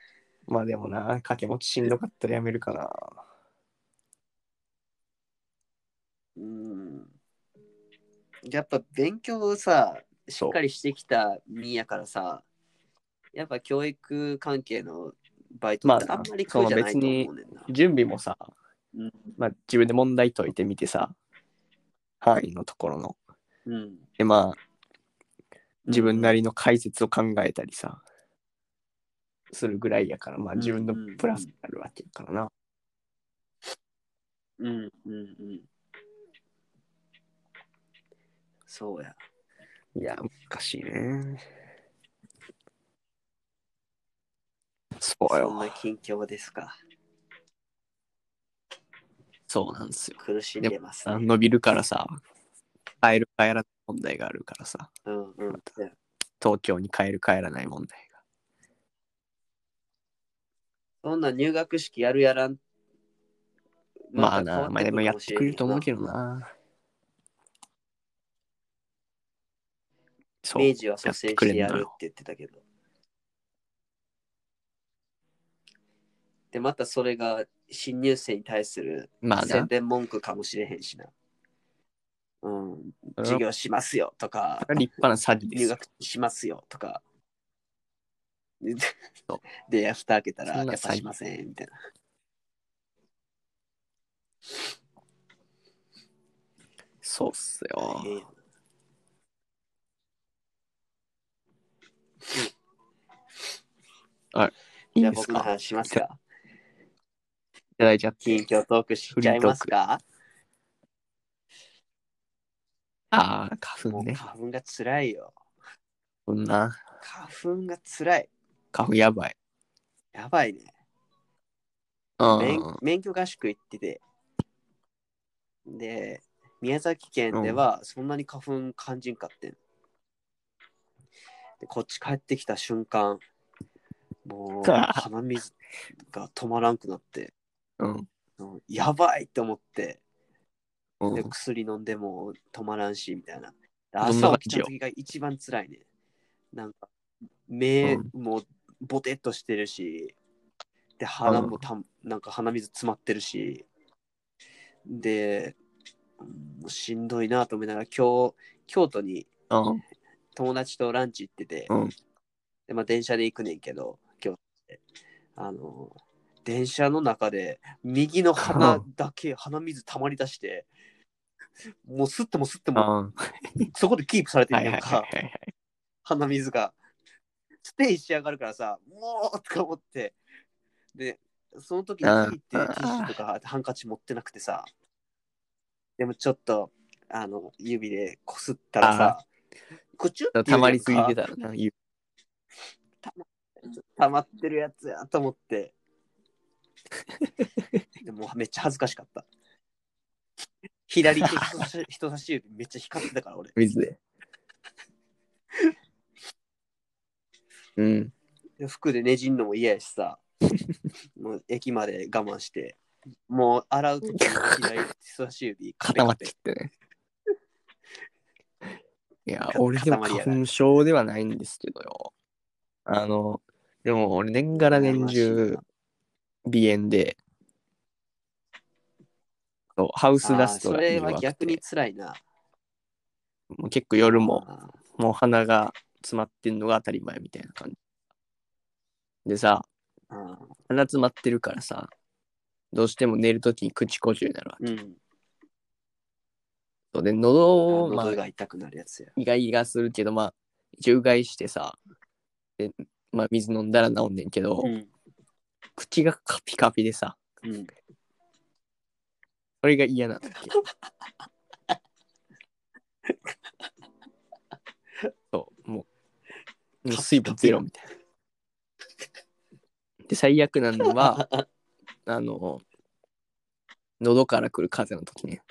B: まあでもな、掛け持ちしんどかったらやめるかな。
A: うん。やっぱ勉強をさ、しっかりしてきた身やからさ、やっぱ教育関係のバイトって
B: まあ
A: あんまり苦じゃないと思うねんな。
B: 準備もさ、
A: うん
B: まあ自分で問題解いてみてさ、範囲のところの。
A: うん。
B: でまあ、自分なりの解説を考えたりさ、するぐらいやから、まあ自分のプラスになるわけやからな。
A: うんうんうん。そうや。
B: いや、難しいね。そう
A: そん
B: よ。
A: な近況ですか。
B: そうなんですよ。
A: 苦しんでます、ね。
B: 伸びるからさ、帰る帰らない問題があるからさ、
A: うんうん。いや
B: 東京に帰る帰らない問題が。
A: そんな入学式やるやらん。
B: まあ
A: た変わて
B: な、まあでもやってくれると思うけど
A: くるかもしれん
B: な。
A: けど
B: そ
A: な。明
B: う、
A: 治は率先してやるって言ってたけど。で、またそれが新入生に対する
B: まあ
A: 宣
B: な、
A: 伝文句かもしれへんしな。うん。授業しますよとか。
B: 立派な詐欺で
A: 入
B: すよ。
A: 学しますよとか。で
B: そう、
A: で蓋開けたら、
B: そ
A: や
B: んな
A: っぱしません、みたいな。
B: そうっすよ。
A: ええよ
B: いい
A: じゃあ
B: です
A: 僕の
B: か
A: 話しますか。
B: いただいちゃって
A: 近。況トークしちゃいますか
B: ああ、花
A: もう
B: 粉ね。
A: 花粉がつらいよ。
B: こんな、
A: 花粉がつらい。
B: 花粉やばい。
A: やばいね。
B: う
A: 免
B: ん。
A: 免許合宿行ってて。で、宮崎県ではそんなに花粉感じんかってん。で、こっち帰ってきた瞬間、もう鼻水が止まらんくなって、
B: うん。
A: うんやばいって思って、
B: う
A: で
B: ん、
A: 薬飲んでも止まらんし、みたいな。で
B: どんな
A: 朝
B: 感
A: 起き
B: じ
A: た
B: よ
A: 時が一番辛いね。なんか、目
B: うん
A: もボテッとしてるし、で、鼻もたん、なんか鼻水詰まってるし、で、うんもうしんどいなと思いながら、今日、京都に
B: うん。
A: 友達とランチ行ってて、
B: うん
A: でまあ、電車で行くねんけど、京都ってあの、電車の中で右の鼻だけ鼻水溜まり出して、もう吸っても吸って
B: うん。
A: も
B: はい
A: そこでキープされて
B: は
A: る
B: い
A: やん
B: はい
A: か、
B: はいはい。
A: 鼻水が。ペイし上がるからさ、もうとか思って。で、その時に
B: うん
A: 聞いてティッシュとかハンカチ持ってなくてさ、でもちょっと、あの、指でこすったらさ、こっち
B: たまりすぎてたらな、言う
A: 溜まってるやつやと思 って。でもめっちゃ恥ずかしかった。左手人差し人差し指めっちゃ光ってたから俺。
B: 水で。うん。
A: で服でねじんのも嫌やしさ。もう駅まで我慢して。もう洗う時も左人差し指カペ
B: 固ま
A: カ
B: っ
A: ペ
B: ちゃってね。いや、
A: か
B: 俺でも
A: 塊やな
B: 花粉症ではないんですけどよ。あの、でも俺年がら年中、鼻炎で、そうハウス
A: あー
B: ダスト
A: そ
B: が
A: れ
B: 弱
A: は
B: く
A: 逆に
B: て、
A: 辛いな。
B: もう結構夜も
A: あ
B: もう鼻が詰まってんのが当たり前みたいな感じ。でさ、
A: ーあー
B: 鼻詰まってるからさ、どうしても寝るときに口呼吸になるわけ。
A: うん。
B: で、喉を、まあ
A: 喉、が痛くなるやつや。
B: 意外がするけど、まあ、一応うがいしてさ、で、まあ、水飲んだら治んねんけど、
A: うん。
B: 口がカピカピでさ、
A: うん。
B: それが嫌なんだっけ。 そう、もう、もう水分ゼロみたいな。で、最悪なのは、 あの、喉から来る風邪の時ね。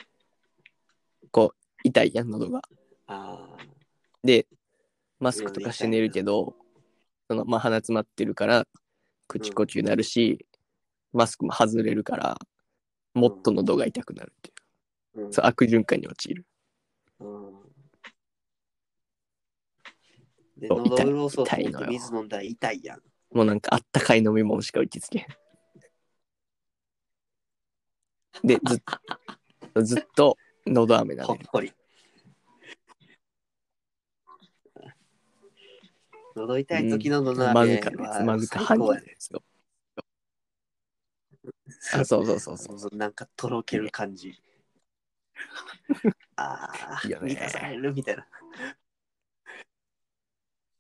B: こう、痛いやん、喉が。
A: あー
B: で、マスクとかして寝るけど、そのまあ、鼻詰まってるから、口呼吸になるし、マスクも外れるから、もっと喉が痛くなるっていう。
A: うん
B: そう悪循環に陥る。
A: で、
B: そう
A: 喉
B: 痛い
A: 潤そうと
B: 痛い
A: 思っ
B: のよ
A: て水飲んだら痛いやん。
B: もうなんかあったかい飲み物しか受け付けへん。で、ずっと、ずっと喉飴な
A: ほ
B: の
A: っ
B: よ。
A: こ り。喉痛い時の喉
B: ま
A: 飴
B: ず
A: は
B: かです。まずか。
A: 最高やね。
B: そうあそうそうそうそう。
A: そうなんかとろける感 じ。ああ、
B: いいよね
A: 満たされるみたいな。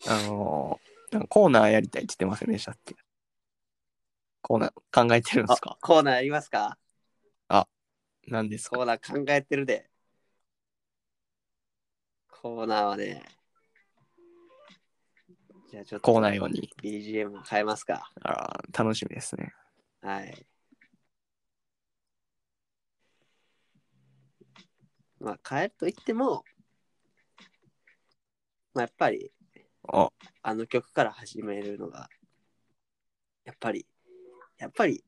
B: あのーなんかコーナーやりたいって言ってませんでしたっけコーナー考えてるんですか
A: あコーナーありますか
B: 何です
A: コ
B: か
A: ーナー考えてるで。コーナーはね。じゃあちょっと。
B: コーナー用に。
A: BGM 変えますか。
B: あー楽しみですね。
A: はい。まあ、変えると言っても、まあ、やっぱり、
B: あ
A: あの曲から始めるのが、やっぱり、やっぱり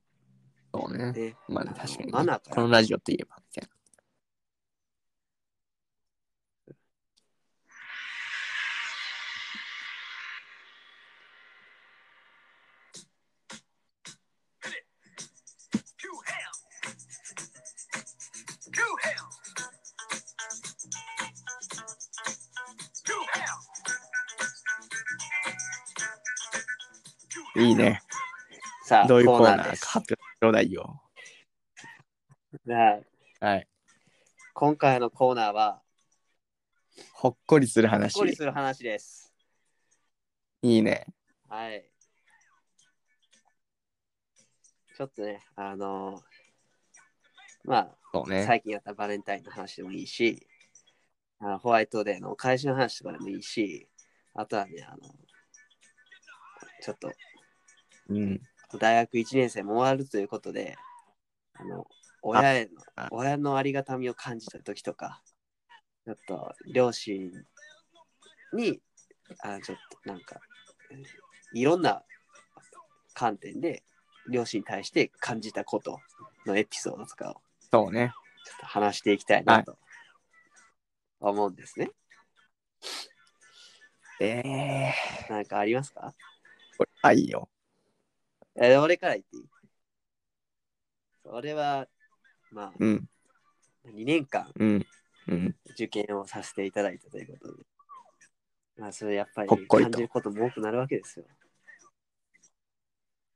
B: そうね。
A: ね、
B: まあ
A: あの
B: 確かに、
A: マナーから
B: このラジオといえば、みたいな。いいね。
A: さあ、
B: どういうコーナー
A: で
B: か
A: す
B: 発表ちょうだいよ。
A: はい
B: はい。
A: 今回のコーナーは、
B: ほっこりする
A: ほっ
B: 話
A: こ。りする話です。
B: いいね。
A: はい。ちょっとね、あのーまあ、
B: そうね。
A: 最近やったバレンタインの話でもいいし、あホワイトデーの開始の話とかでもいいし、あとはね、あの、ちょっと
B: うん。
A: 大学1年生も終わるということで、あの、親への
B: あ、
A: 親のありがたみを感じた時とか、ちょっと両親に、あちょっとなんか、いろんな観点で両親に対して感じたことのエピソードとかを
B: そうね。
A: ちょっと話していきたいなと思うんですね。
B: ええ
A: なんかありますか
B: これ、あ、いいよ。
A: え俺から言っていい俺は、まあ、
B: うん。
A: 2年間
B: うん。うん。
A: 受験をさせていただいたということで、まあ、それやっぱり
B: ほっこりと
A: 感じることも多くなるわけですよ。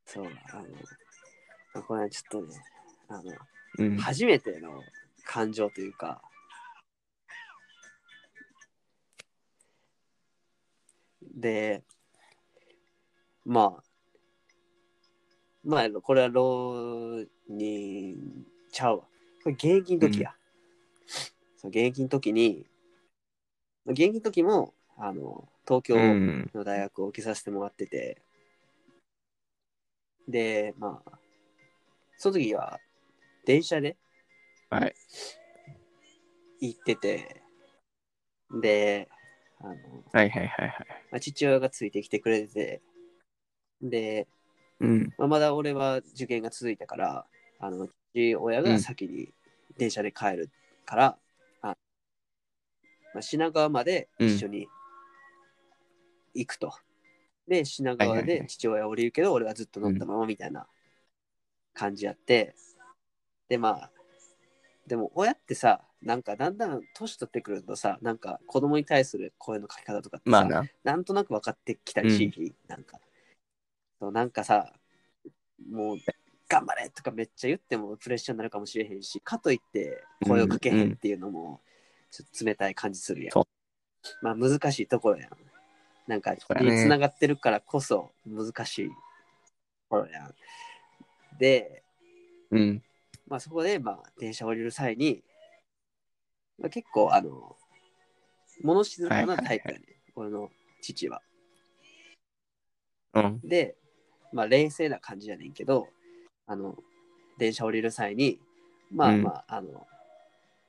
A: そう、あの、まあこれはちょっとね、あの、
B: うん。
A: 初めての感情というか、で、まあ、まあ、これは浪人ちゃうわ。これ現役の時や。そう現役の時に、現役の時も、あの、東京
B: うん。
A: の大学を受けさせてもらってて、で、まあ、その時は、電車で
B: はい。
A: 行ってて、で、あの、
B: はいはいはいはい。
A: まあ、父親がついてきてくれてて、で、
B: うん。
A: まあ、まだ俺は受験が続いたから、あの父親が先に電車で帰るから、あまあ、品川まで一緒に行くと。で、品
B: は
A: 川
B: いはい
A: で
B: はい
A: 父親降りるけど、俺はずっと乗ったままみたいな感じやって、で、まあ、でも親ってさ、なんかだんだん年取ってくるとさ、なんか子供に対する声の書き方とかってさ、
B: まあな。
A: なんとなく分かってきたりし、なんか、そうなんかさ、もう、頑張れとかめっちゃ言ってもプレッシャーになるかもしれへんし、かといって声をかけへんっていうのも、ちょっと冷たい感じするやん。
B: そ
A: まあ難しいところやん。なんか、
B: そうやね
A: つながってるからこそ難しいところやん。で、
B: うん。
A: まあそこで、まあ電車降りる際に、まあ、結構、あの、物静かなタイプやね、俺の父は。
B: うん。
A: で、まあ、冷静な感じやねんけど、あの、電車降りる際に、まあ
B: うん
A: まあ、あの、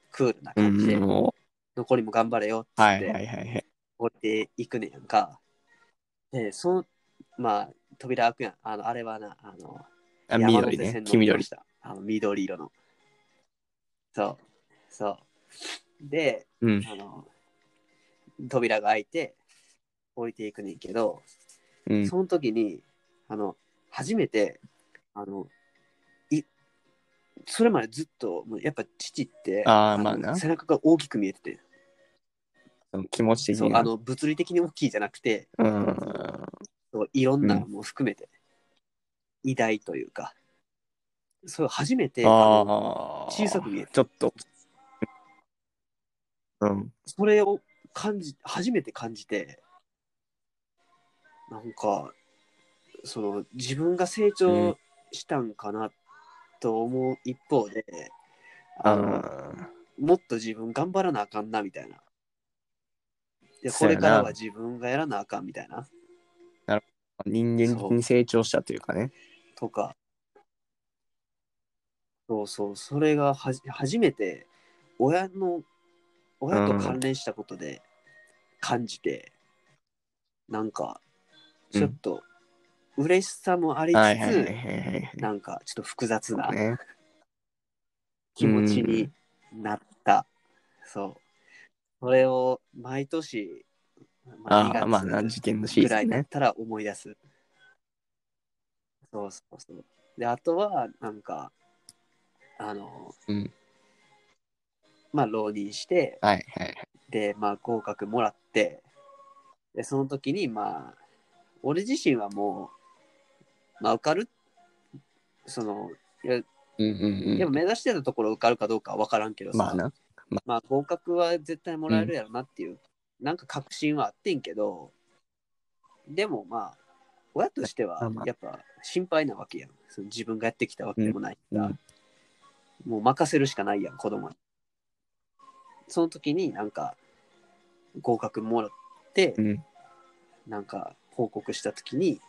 A: クールな
B: う
A: 感じで、
B: ん。も
A: 残りも頑張れよっつ
B: う。
A: っ
B: はいはいは
A: て、
B: いはい。
A: 降りていくねやんか。で、その、まあ、扉開くやん。あの、あれはな、あの、
B: あ、
A: 山
B: 緑
A: 手
B: ね
A: 線。の
B: 黄緑。。
A: あの、緑色の。そう、そう。で、
B: うん。
A: あの、扉が開いて、降りていくねんけど、
B: うん。
A: その時に、あの、初めて、あの、い、それまでずっと、もうやっぱ父って、
B: あー
A: の
B: まあな
A: 背中が大きく見えてて、
B: その気持ち的
A: そう
B: に。
A: あの物理的に大きいじゃなくて、
B: うん。
A: そういろんな
B: うん
A: のも含めて、偉大というか、そう初めて、あの
B: ああ。
A: 小さく見える
B: ちょっと。うん。
A: それを感じ、初めて感じて、なんか、その自分が成長したんかなと思う一方で、あの、
B: あ
A: もっと自分頑張らなあかんなみたいな。で、こ
B: そう
A: れ
B: やな
A: からは自分がやらなあかんみたいな。
B: ー人間的に成長したというかね。
A: とか。そうそう、それがはじ初めて親の、親と関連したことで感じて、なんか、ちょっと嬉しさもありつつ、
B: はいはいはいはいはい。
A: なんかちょっと複雑な
B: ね。
A: 気持ちになった。そう。それを毎年、
B: ああ、まあ、
A: 2
B: な
A: 月
B: 事件のシ
A: ぐ
B: ー
A: ら
B: ズ
A: い
B: ン
A: になっ
B: ね。
A: たら思い出す。そうそうそう。で、あとは、なんか、あの、
B: うん
A: まあ、浪人して、
B: はいはい
A: で、まあ、合格もらって、で、その時に、まあ、俺自身はもう、まあ、受かる、その、いや
B: はい。うんうん
A: で
B: う
A: も
B: ん。
A: 目指してたところ受かるかどうかは分からんけどさ、
B: まあな。
A: まあ合格は絶対もらえるやろなっていう、なんか確信はあってんけど、でもまあ、親としては
B: まあまあ
A: やっぱ心配なわけやん。その自分がやってきたわけでもないから、
B: うん
A: もう任せるしかないやん、子供に。その時になんか合格もらって
B: う、ん。
A: なんか報告した時に、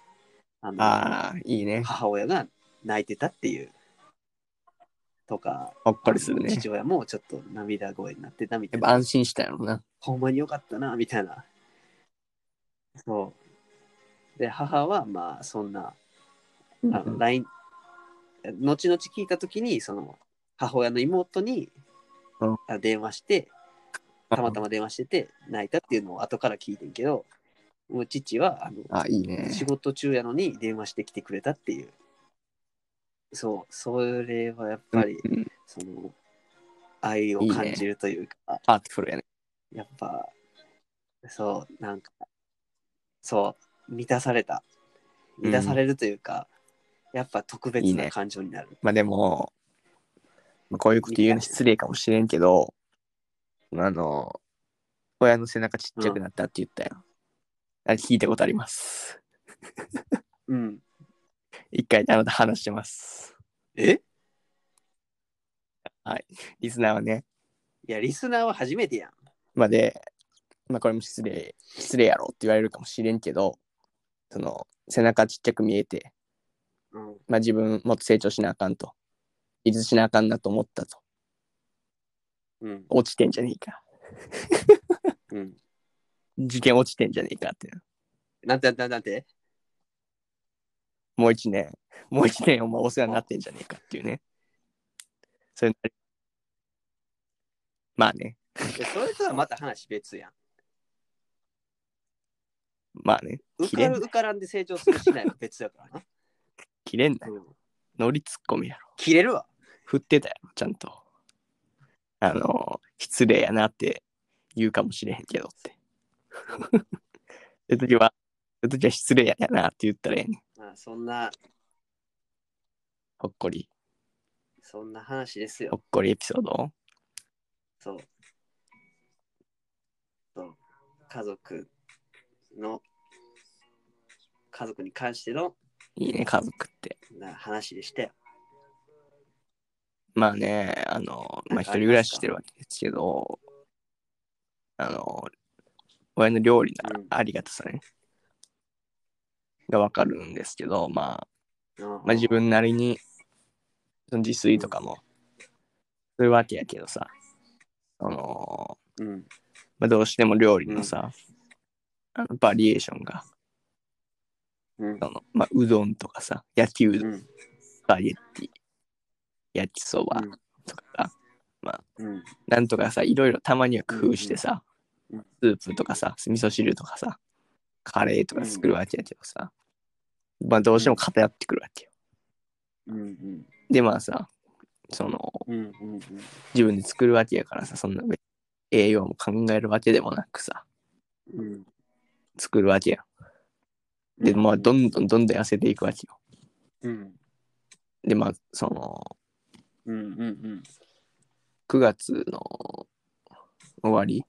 A: あの
B: ああ、いいね。
A: 母親が泣いてたっていう、とか、
B: ほっこりするね。
A: 父親もちょっと涙声になってたみたい
B: やっ
A: な
B: ぱ。安心したやろな。
A: ほんまによかったな、みたいな。そう。で、母は、まあ、そんな、
B: う
A: あの、LINE、後々聞いたときに、その、母親の妹に
B: うん
A: あ電話して、たまたま電話してて、泣いたっていうのを後から聞いてんけど、もう父は、あの、
B: あ、いいね。
A: 仕事中やのに電話してきてくれたっていう。そう、それはやっぱり、
B: うん
A: その、愛を感じるというか、
B: ハートフルやね。
A: やっぱ、そう、なんか、そう、満たされた。
B: うん
A: 満たされるというか、やっぱ特
B: い
A: 別
B: い
A: な
B: ね
A: 感情になる。
B: まあでも、まあこういうこと言うの失礼かもしれんけど、あの、親の背中ちっちゃくなったって言ったやん。あれ聞いたことあります。
A: うん。
B: 一回あなた話してます。
A: え
B: リスナーはね。
A: いや、リスナーは初めてやん。
B: まあで、まあこれも失礼、失礼やろって言われるかもしれんけど、その、背中ちっちゃく見えて、
A: うん。
B: まあ自分もっと成長しなあかんと。いつしなあかんなと思ったと。
A: うん。
B: 落ちてんじゃねえか。
A: うん。
B: 事件落ちてんじゃねえかって。
A: なんてなんてなんて
B: もう一年、もう一年お前お世話になってんじゃねえかっていうね。それなりまあね、
A: いやそれとはまた話別やん。
B: まあね、
A: 受
B: 切
A: か
B: れん
A: る受からんで成長するしないは別やからな。
B: 切れんなよ。
A: うん
B: 乗りツッコミやろ。
A: 切れるわ。
B: 振ってたやろ、ちゃんと。あの、失礼やなって言うかもしれへんけどって。 そういう時は、そういう時は失礼やなって言ったらええねん
A: まあ、そんな、
B: ほっこり、
A: そんな話です
B: ほ
A: よ。
B: っこりエピソード
A: そう。そう。家族の、家族に関しての
B: いいね、家族って。
A: な話でしたよ。
B: まあね、あの、まあ一人暮らししてるわけですけど、あの、親の料理
A: う
B: の
A: ん
B: ありがたさね、がわかるんですけど、まあ、まあ
A: マ
B: 自分なりに、その自炊とかも、するわけやけどさ、あの、
A: うん。
B: まあ、どうしても料理のさ、あのバリエーションが、
A: うん
B: そ。のまあ、うどんとかさ、焼きうどん、
A: うん。
B: バゲッティ、焼きそば
A: うん
B: とかさ、
A: うん。
B: なんとかさ、いろいろたまには工夫してさ、
A: うんうん
B: スープとかさ、味噌汁とかさ、カレーとか作るわけやけどさ、まあどうしても偏ってくるわけよ。
A: うん。うん。
B: でまあさ、その、
A: うん。うん。
B: 自分で作るわけやからさ、そんな栄養も考えるわけでもなくさ、
A: うん。
B: 作るわけやん。で、まあどんどんどんどん痩せていくわけよ。
A: うん。
B: でまあ、その、
A: うん。うん。うん。
B: 9月の終わり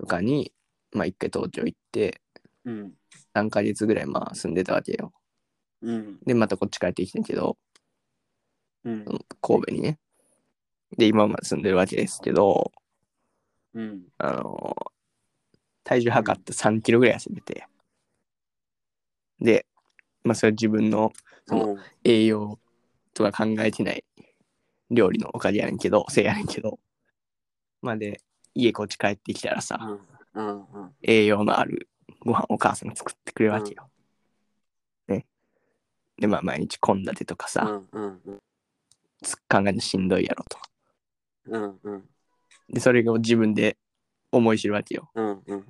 B: とかに、まあ一回東京行って、
A: うん。
B: 3ヶ月ぐらいまあ住んでたわけよ。
A: うん。
B: で、またこっち帰ってきてんけど、
A: うん。
B: 神戸にね。で、今まで住んでるわけですけど、
A: うん。
B: あの体重測って3キロぐらい痩せてて。で、まあ、それは自分のその栄養とか考えてない料理のおかげやねんけど、せいやねんけど。まあ、で、家こっち帰ってきたらさ、
A: うん。うん。
B: 栄養のあるご飯お母さんが作ってくれるわけよ。ね。で、まあ、毎日献立とかさ、
A: うん。うん。
B: つ考えるのしんどいやろと。
A: うん。うん。
B: で、それを自分で思い知るわけよ。
A: うん。うん。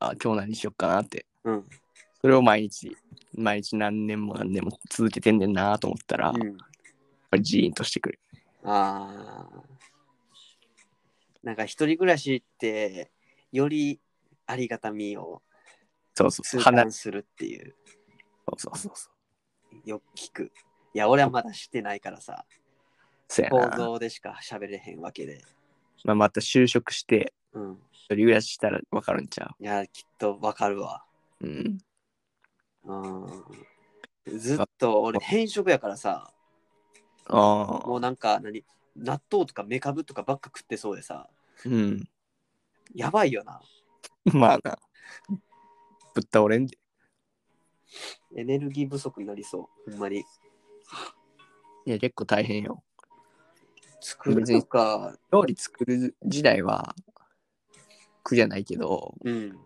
B: あ、今日何しよっかなって。
A: うん。
B: それを毎日、毎日何年も何年も続けてんねんなと思ったら、やっ
A: うん。
B: ぱりジーンとしてくる。
A: ああ。なんか一人暮らしって、よりありがたみを
B: そうそうそう。
A: 痛
B: 離れ
A: 感するっていう、
B: そうそうそうそう。
A: よく聞く。いや、俺はまだしてないからさ、
B: そうや
A: 構
B: な。
A: 造でしか喋れへんわけで。
B: まあ、また就職して、
A: うん。
B: 一人暮らししたら分かるんちゃ
A: いや、きっとわかるわ。
B: う。うん。
A: うん。ずっと俺、偏食やからさ、
B: あ
A: もう
B: あ。
A: なんか何、納豆とかメカブとかばっか食ってそうでさ、
B: うん。
A: やばいよな。
B: まあな。ぶっ倒れんで。
A: エネルギー不足になりそう、ほんまに。
B: いや、結構大変よ。
A: 作るとか、
B: 料理作る時代は、苦じゃないけど、
A: うん。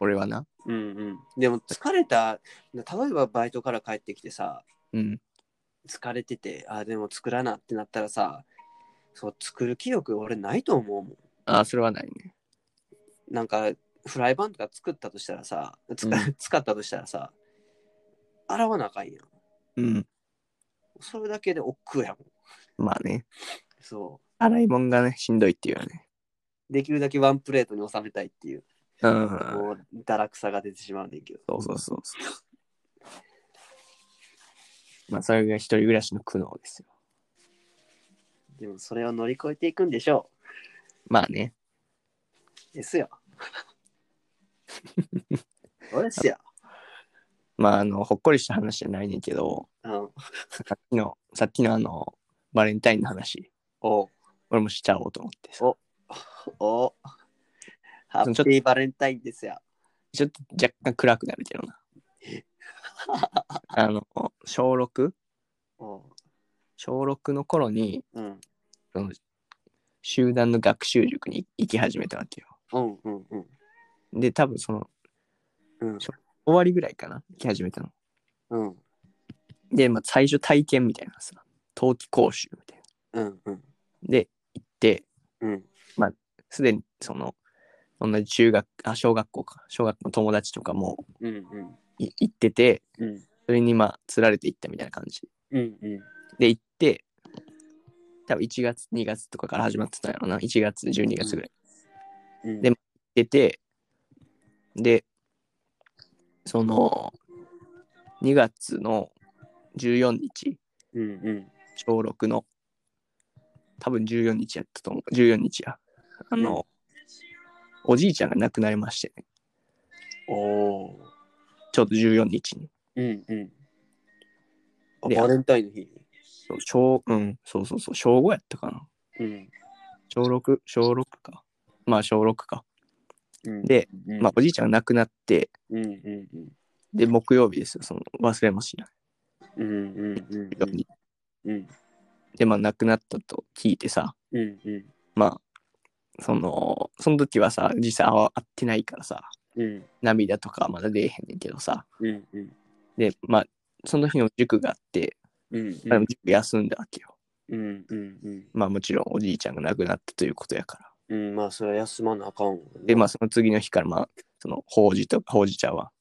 B: 俺はな。
A: うんうん、でも疲れた例えばバイトから帰ってきてさ
B: うん。
A: 疲れててあでも作らなってなったらさそう作る気力俺ないと思うもん
B: ああ、それはないね。
A: なんかフライパンとか作ったとしたらさつか使ったとしたらさ洗わなあかんやん
B: うん。
A: それだけで億劫やもん
B: まあね。
A: そ
B: 洗い物がね、しんどいっていうよね。
A: うできるだけワンプレートに収めたいっていう
B: うん。
A: もう堕落さが出てしまうねんけど
B: そうそうそうそう。まあ、それが一人暮らしの苦悩ですよ。
A: でもそれを乗り越えていくんでしょ
B: まあね。
A: うですよそうですよ
B: まあ、あの、ほっこりした話じゃないねんけど、
A: うん。
B: さっきの、さっきのあの、バレンタインの話、
A: お
B: 俺もしちゃおうと思ってさ
A: おおハ
B: ょっ
A: ッ
B: と
A: ピーバレンタインですよ。
B: ちょっと若干暗くなるけどな。あの、小6、
A: お
B: 小6の頃に、
A: うん。
B: その集団の学習塾に行き始めたわけよ。
A: うんうんうん。
B: で、多分その、
A: うん
B: 終わりぐらいかな、行き始めたの。
A: うん
B: で、まあ、最初体験みたいなのさ、冬季講習みたいな。
A: うんうん
B: で、行って、
A: うん
B: すでにその、同じ中学、あ、小学校か、小学校の友達とかも
A: うんうん
B: い行ってて、
A: うん
B: それにまあ、釣られて行ったみたいな感じ。
A: うんうん
B: で、行って、多分1月、2月とかから始まってたんやろな、1月、12月ぐらい。
A: うん
B: で出て、で、その、2月の14日、
A: うんうん
B: 小6の、多分14日やったと思う。14日や。あの、おじいちゃんが亡くなりましてね。
A: おー
B: ちょうど14日に。
A: うんうんあ
B: で
A: バレンタインの日
B: そう小、うん、そうそうそう、小5やったかな。
A: うん
B: 小6、小6か。まあ小6か。
A: うん
B: で、
A: うん
B: まあおじいちゃんが亡くなって、
A: うんうんうん
B: で、木曜日ですよ。その、忘れもしない。
A: うんうんうん
B: 木曜日
A: うん
B: で、まあ亡くなったと聞いてさ、
A: うんうん
B: まあ、その、その時はさ、実際会ってないからさ、
A: うん
B: 涙とかはまだ出えへんねんけどさ、
A: うんうん
B: で、まあ、その日の塾があって、
A: うん
B: あの塾休んだわけよ。
A: うんうんうん
B: まあもちろんおじいちゃんが亡くなったということやから。
A: うんまあそれは休まなあかんわな
B: で、まあその次の日から、まあ、その、ほうじとか、ほうじ茶は、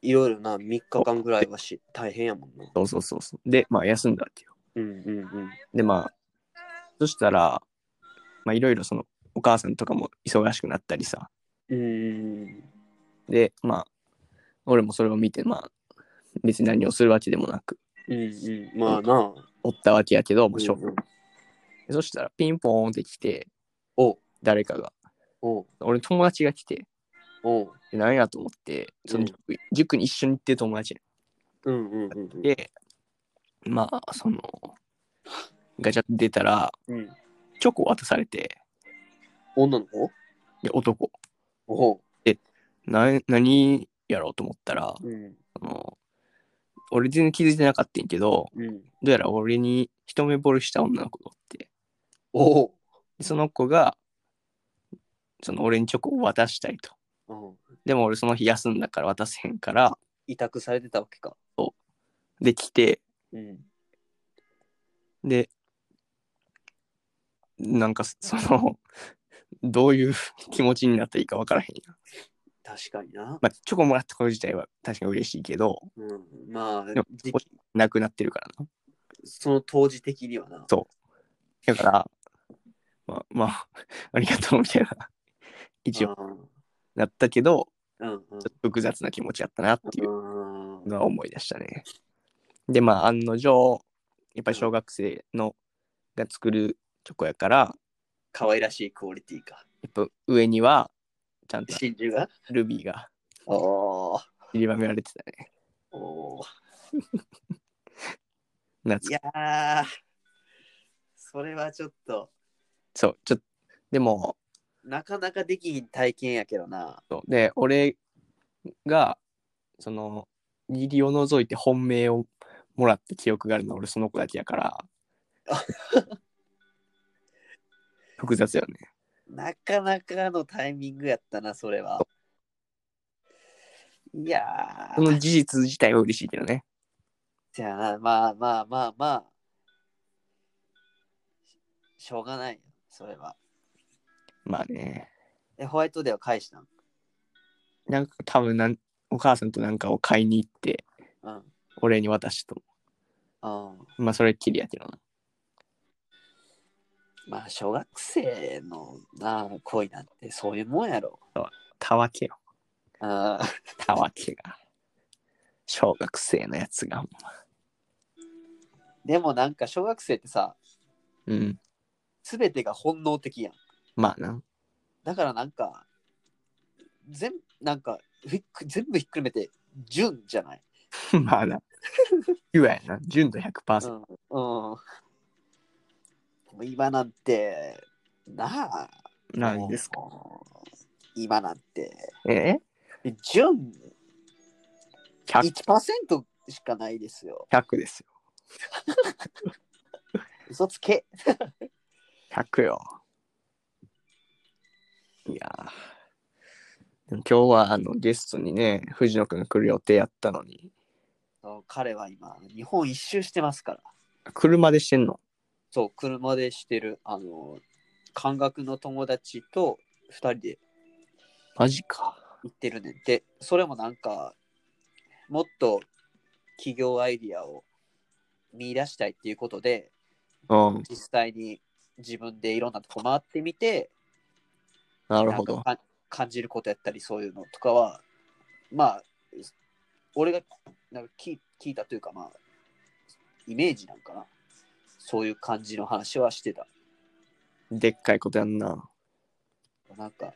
A: いろいろな3日間ぐらいはし大変やもんな
B: そうそうそうそう。で、まあ休んだわけよ。
A: うんうんうん
B: で、まあ、そしたら、まあいろいろその、お母さんとかも忙しくなったりさ、
A: うん
B: で、まあ、俺もそれを見て、まあ、別に何をするわけでもなく、
A: うんうんまあな
B: おったわけやけど、もうしょ
A: うんうん
B: でそしたらピンポーンって来て、
A: お
B: 誰かが。
A: おう
B: 俺友達が来て、
A: おう
B: で何やと思って、その塾,、塾に一緒に行ってる友達
A: うんうんうんうん
B: で、まあ、その、ガチャって出たら、
A: うん
B: チョコ渡されて、
A: 女の子
B: で、男、
A: おう
B: な何やろうと思ったら、
A: うん
B: その俺全然気づいてなかったんやけど、
A: うん
B: どうやら俺に一目惚れした女の子がおって、
A: おう
B: でその子が、その俺にチョコを渡したいと。
A: うん
B: でも俺その日休んだから渡せへんから、
A: 委託されてたわけか
B: できて
A: うん
B: でなんかそ そのどういう気持ちになっていいか分からへんやん、
A: 確かにな
B: まあ、チョコもらったこと自体は確かに嬉しいけど
A: うんま
B: で
A: あ
B: も
A: 時
B: お
A: 期
B: なくなってるからな
A: その当時的にはな
B: だからまあまあ ありがとうみたいな一応
A: 応
B: なったけど
A: うんうん
B: ちょっと複雑な気持ちだったなっていう
A: うん
B: のは思い出したねでまあ案の定やっぱり小学生のが作るチョコやから
A: 可愛らしいクオリティか
B: やっぱ上にはちゃんと
A: 真珠が
B: ルビーが
A: おー
B: 散りばめられてたね。
A: おーい
B: 夏
A: やーそれはちょっと
B: そう、ちょっと、でも、
A: なかなかできひん体験やけどな
B: そうで、俺が、その、義理を除いて本命をもらった記憶があるのは俺その子だけ やから。複雑よね。
A: なかなかのタイミングやったなそれはいや
B: そ
A: ー
B: の事実自体は嬉しいけどね。
A: じゃあなまあまあまあまあししょうがないよそれは
B: まあね。
A: えホワイトデーは返したん
B: なんか多分なん、お母さんとなんかを買いに行って、
A: うん
B: 俺に渡したと思
A: あ
B: う。まあ、それっきりやけどな。
A: まあ小学生のな恋なんてそういうもんやろ
B: たわけよ。
A: あー
B: たわけが。小学生のやつが。
A: でもなんか小学生ってさ
B: うん。
A: 全てが本能的やん
B: まあな。
A: だからなんか全なんかひっく全部ひっくるめて純じゃない
B: まあな。ピュアやな。純度100%。
A: うん。うん。でも今なんて、なあ。
B: なんですか。
A: か今なんて、
B: え
A: 純
B: ?100、
A: 1%しかないですよ。
B: 100ですよ。
A: 嘘つけ。
B: 100よ。いやーでも今日はあのゲストにね、藤野くん来る予定やったのに、
A: そう彼は今、日本一周してますから。
B: 車でしてんの
A: そう、車でしてる、あの、感覚の友達と2人で
B: マジか。
A: 行ってるねんで、それもなんか、もっと企業アイディアを見出したいっていうことで、
B: うん。
A: 実際に自分でいろんなとこ回ってみて、
B: なるほ
A: な
B: ど
A: ん。かか感じることやったり、そういうのとかは、まあ、俺がなんか聞聞いたというか、まあ、イメージなんかな。そういう感じの話はしてた。
B: でっかいことやんな。
A: なんか、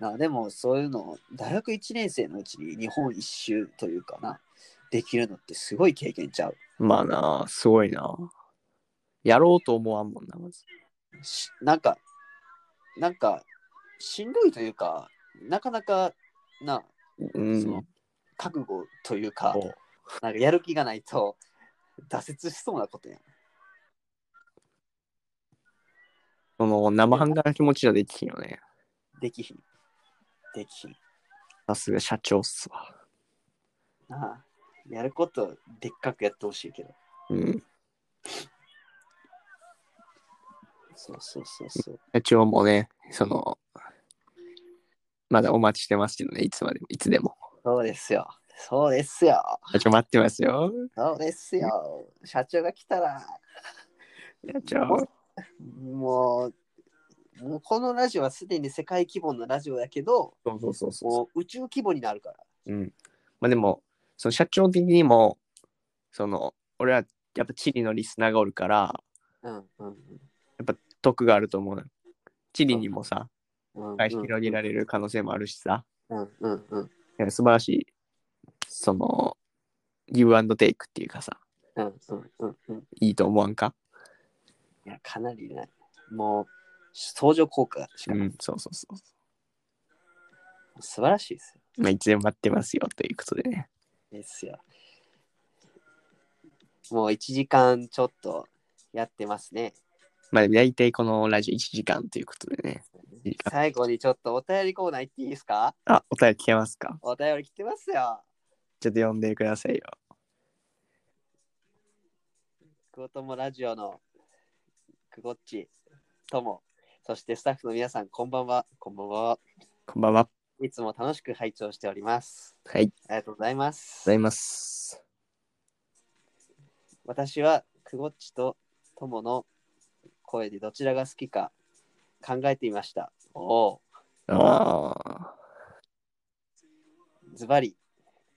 A: なでもそういうの、大学1年生のうちに日本一周というかな、できるのってすごい経験ちゃう。
B: まあな、すごいな。やろうと思わんもんな、まず。
A: しなんか、なんか、しんどいというか、なかなかな、
B: う
A: そ
B: ん
A: う。覚悟というか、
B: こ
A: なんかやる気がないと挫折しそうなことやん。
B: その生半可な気持ちじゃできひんよね。
A: できひん。できひん。
B: さすが社長っすわ。
A: なあやることでっかくやってほしいけど。
B: うん。
A: そうそうそうそう。
B: 社長もね、その、まだお待ちしてますけどね、いつまでも、いつでも。
A: そうですよ。そうですよ。
B: 社長待ってますよ。
A: そうですよ。社長が来たら、
B: 社長。
A: もう、もうこのラジオはすでに世界規模のラジオだけど、
B: そうそうそうそ
A: もう宇宙規模になるから。
B: う。うん。まあでも、その社長的にも、その、俺はやっぱチリのリスナーがおるから、
A: うんうん
B: 得があると思うのよチリにもさ、
A: うんうん。
B: 会社広げられる可能性もあるしさ、
A: うんうんうん
B: いや素晴らしい、その、ギブアンドテイクっていうかさ、
A: うんうんうんうん。
B: いいと思わんか
A: いや、かなりね、もう、相乗効果しかない、
B: うん、そうそうそう。
A: 素晴らしいですよ。
B: まあ、一年待ってますよということでね。
A: ですよ。もう1時間ちょっとやってますね。
B: まあ、大体このラジオ1時間ということでね。いいか
A: 最後にちょっとお便りコーナー行っていいですか
B: あ、お便り聞けますか
A: お便り来てますよ。
B: ちょっと読んでくださいよ。
A: くごともラジオのくごっちとも、そしてスタッフの皆さん、こんばんは。こんばんは。
B: こんばんは。
A: いつも楽しく拝聴しております。
B: はい、ありがとう
A: ありがとうございます
B: ござ。います。
A: 私はくごっちとともの声でどちらが好きか考えてみました。おお。
B: あ
A: ズバリ、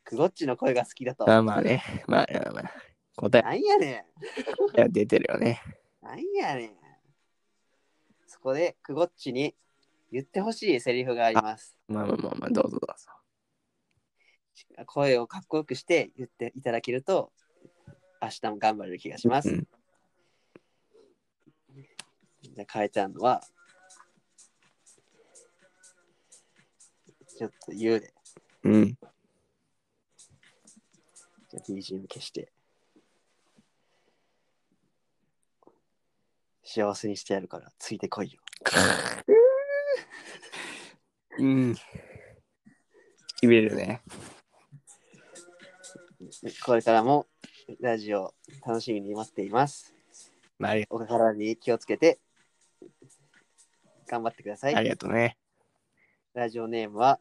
A: くごっちの声が好きだと
B: ー。まあまあね。まあまあまあ。答
A: なんやね
B: えは出てるよね。
A: ん。なんやねん。そこで、くごっちに言ってほしいセリフがあります。
B: まあまあまあまあ、どうぞどうぞ。
A: 声をかっこよくして言っていただけると、明日も頑張れる気がします。
B: うん
A: じゃあ、変えちゃうのは、ちょっと言うで。
B: うん。
A: じゃあ BGM 消して。幸せにしてやるから、ついてこいよ。
B: うん。しびれるね。
A: これからもラジオ楽しみに待っています。
B: まあ、あり
A: お体に気をつけて頑張ってくださ
B: あり
A: い。
B: がとうね。
A: ラジオネームは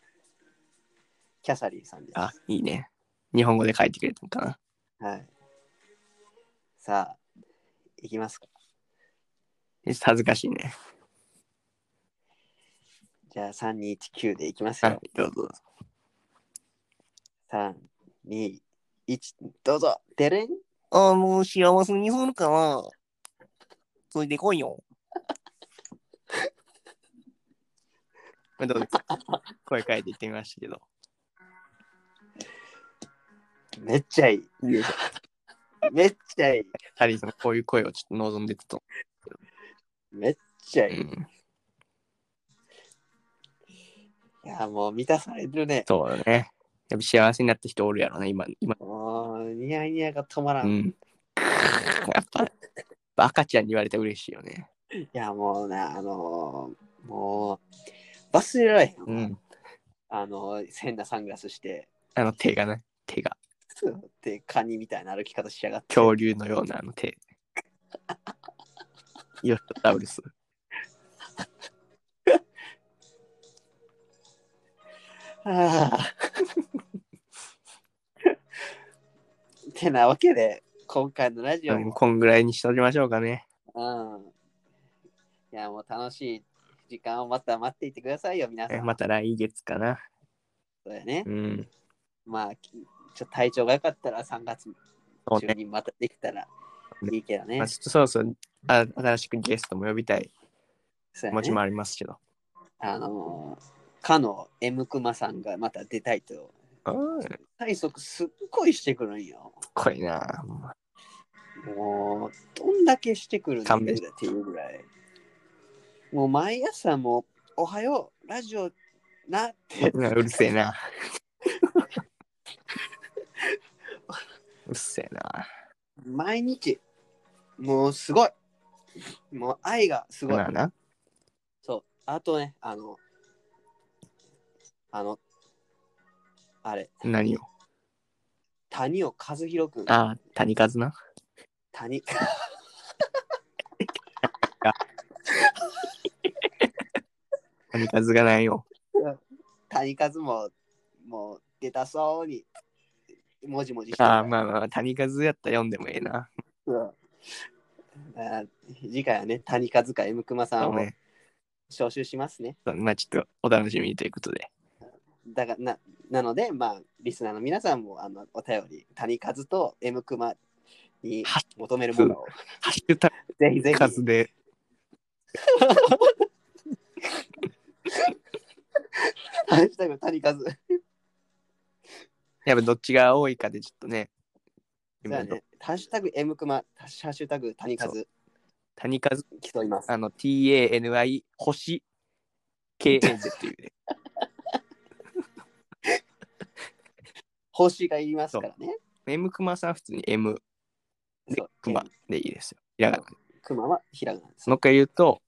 A: キャサリンさんです。
B: あ、いいね。日本語で書いてくれたのかな。
A: はい、さあ、いきますか。
B: ちょっと恥ずかしいね。
A: じゃあ3219でいきます
B: は
A: よ。
B: い、どうぞどうぞ。
A: 3、2、1、どうぞ。てれん。
B: あもう幸せにするから、ついてこいよ。 どうですか声変えて言ってみましたけど。
A: めっち ゃいい。
B: 言うじ
A: めっちゃいい。
B: ゃん。二人ともこういう声をちょっと望んでたと
A: めっちゃい
B: 思う。
A: い。
B: うん、
A: いや、もう満たされるね。
B: そうだね。やっぱ幸せになった人おるやろな、今。今
A: もう、ニヤニヤが止まら。
B: うん
A: い
B: ん。やっぱ、赤ちゃんに言われたら嬉しいよね。
A: や、もうな、あのーもう、忘れられへん。
B: うん。
A: あのー変なサングラスして、
B: あの手がね、手が、
A: で、カニみたいな歩き方しやがって。
B: 恐竜のようなあの手。ヨットタウルス。
A: あーてなわけで、今回のラジオ
B: うん
A: も、
B: こんぐらいにしときましょうかね。
A: うん。いや、もう楽しい時間をまた待っていてくださいよ、皆さ
B: え
A: ん。
B: また来月かな。
A: そうだよね
B: う。ん。
A: まあ、きちょっと体調が良かったら3月
B: そう
A: 中
B: ね。
A: にまたできたらいいけどね
B: まあ、。ちょっとそろそろあ新しくゲストも呼びたい
A: そうや
B: 気持ちも
A: ね。
B: ありますけど。
A: あのー、かの M クマさんがまた出たいと。
B: うん、かっ
A: 体速すっごいしてくるんよ。
B: こいいな。
A: もう、どんだけしてくるんだっ
B: 勘
A: て
B: 弁
A: いうぐらい。もう毎朝もう、おはよう、ラジオなって、
B: うんうるせえな。 うっせえな。
A: 毎日、もうすごい。もう愛がすごい
B: まあ。な。
A: そう。あとね、あの、あの、あれ、
B: 何を。
A: 谷尾和弘くん。
B: ああ、谷数な。
A: 谷。
B: 谷数がないよ。
A: 谷和も、もう、出たそうに、もじもじして
B: ああ、まあまあ、谷数やったら読んでもええな。
A: うんあ次回はね、谷和か M 熊さん
B: そう
A: を
B: ね。
A: 招集しますね。
B: まあちょっとお楽しみにということで。
A: だがななので、まあ、リスナーの皆さんもあのお便り、谷和と M 熊に求めるものを、
B: ハッシュタ
A: ぜひぜひ。
B: グ数 で。
A: ハッシュタグ谷数。
B: やっぱどっちが多いかでちょっとね。
A: そうやね。ハッシュタグ M クマ、ハッシュタグ谷
B: そ
A: 数
B: 谷数、
A: 競います。
B: あの、TANI 星 KN でっていうね。
A: 星がいりますからね。
B: M クマさんは普通に M で
A: そう
B: クマでいいですよ。ひらがなで
A: クマはひらがなです
B: もう一回言うと、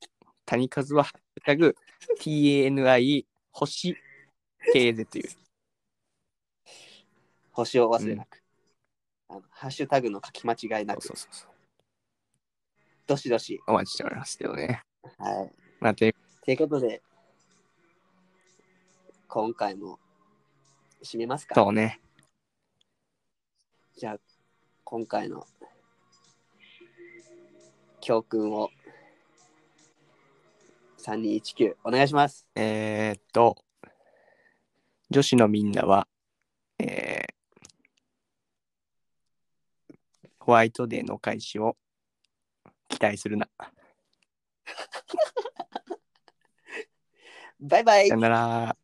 B: 谷数はハッシュタグ TANI 星 KZ という。
A: 星を忘れなく、あの。ハッシュタグの書き間違いなく、
B: そうそうそう。
A: どしどし。
B: お待ちしておりますけどね。
A: はい。
B: まあ、という
A: ということで、今回も締めますか。
B: そうね。
A: じゃあ、今回の教訓を3219お願いします。
B: えー、っと、女子のみんなは、えーホワイトデーの開始を期待するな。
A: バイバイ
B: さよ。なら。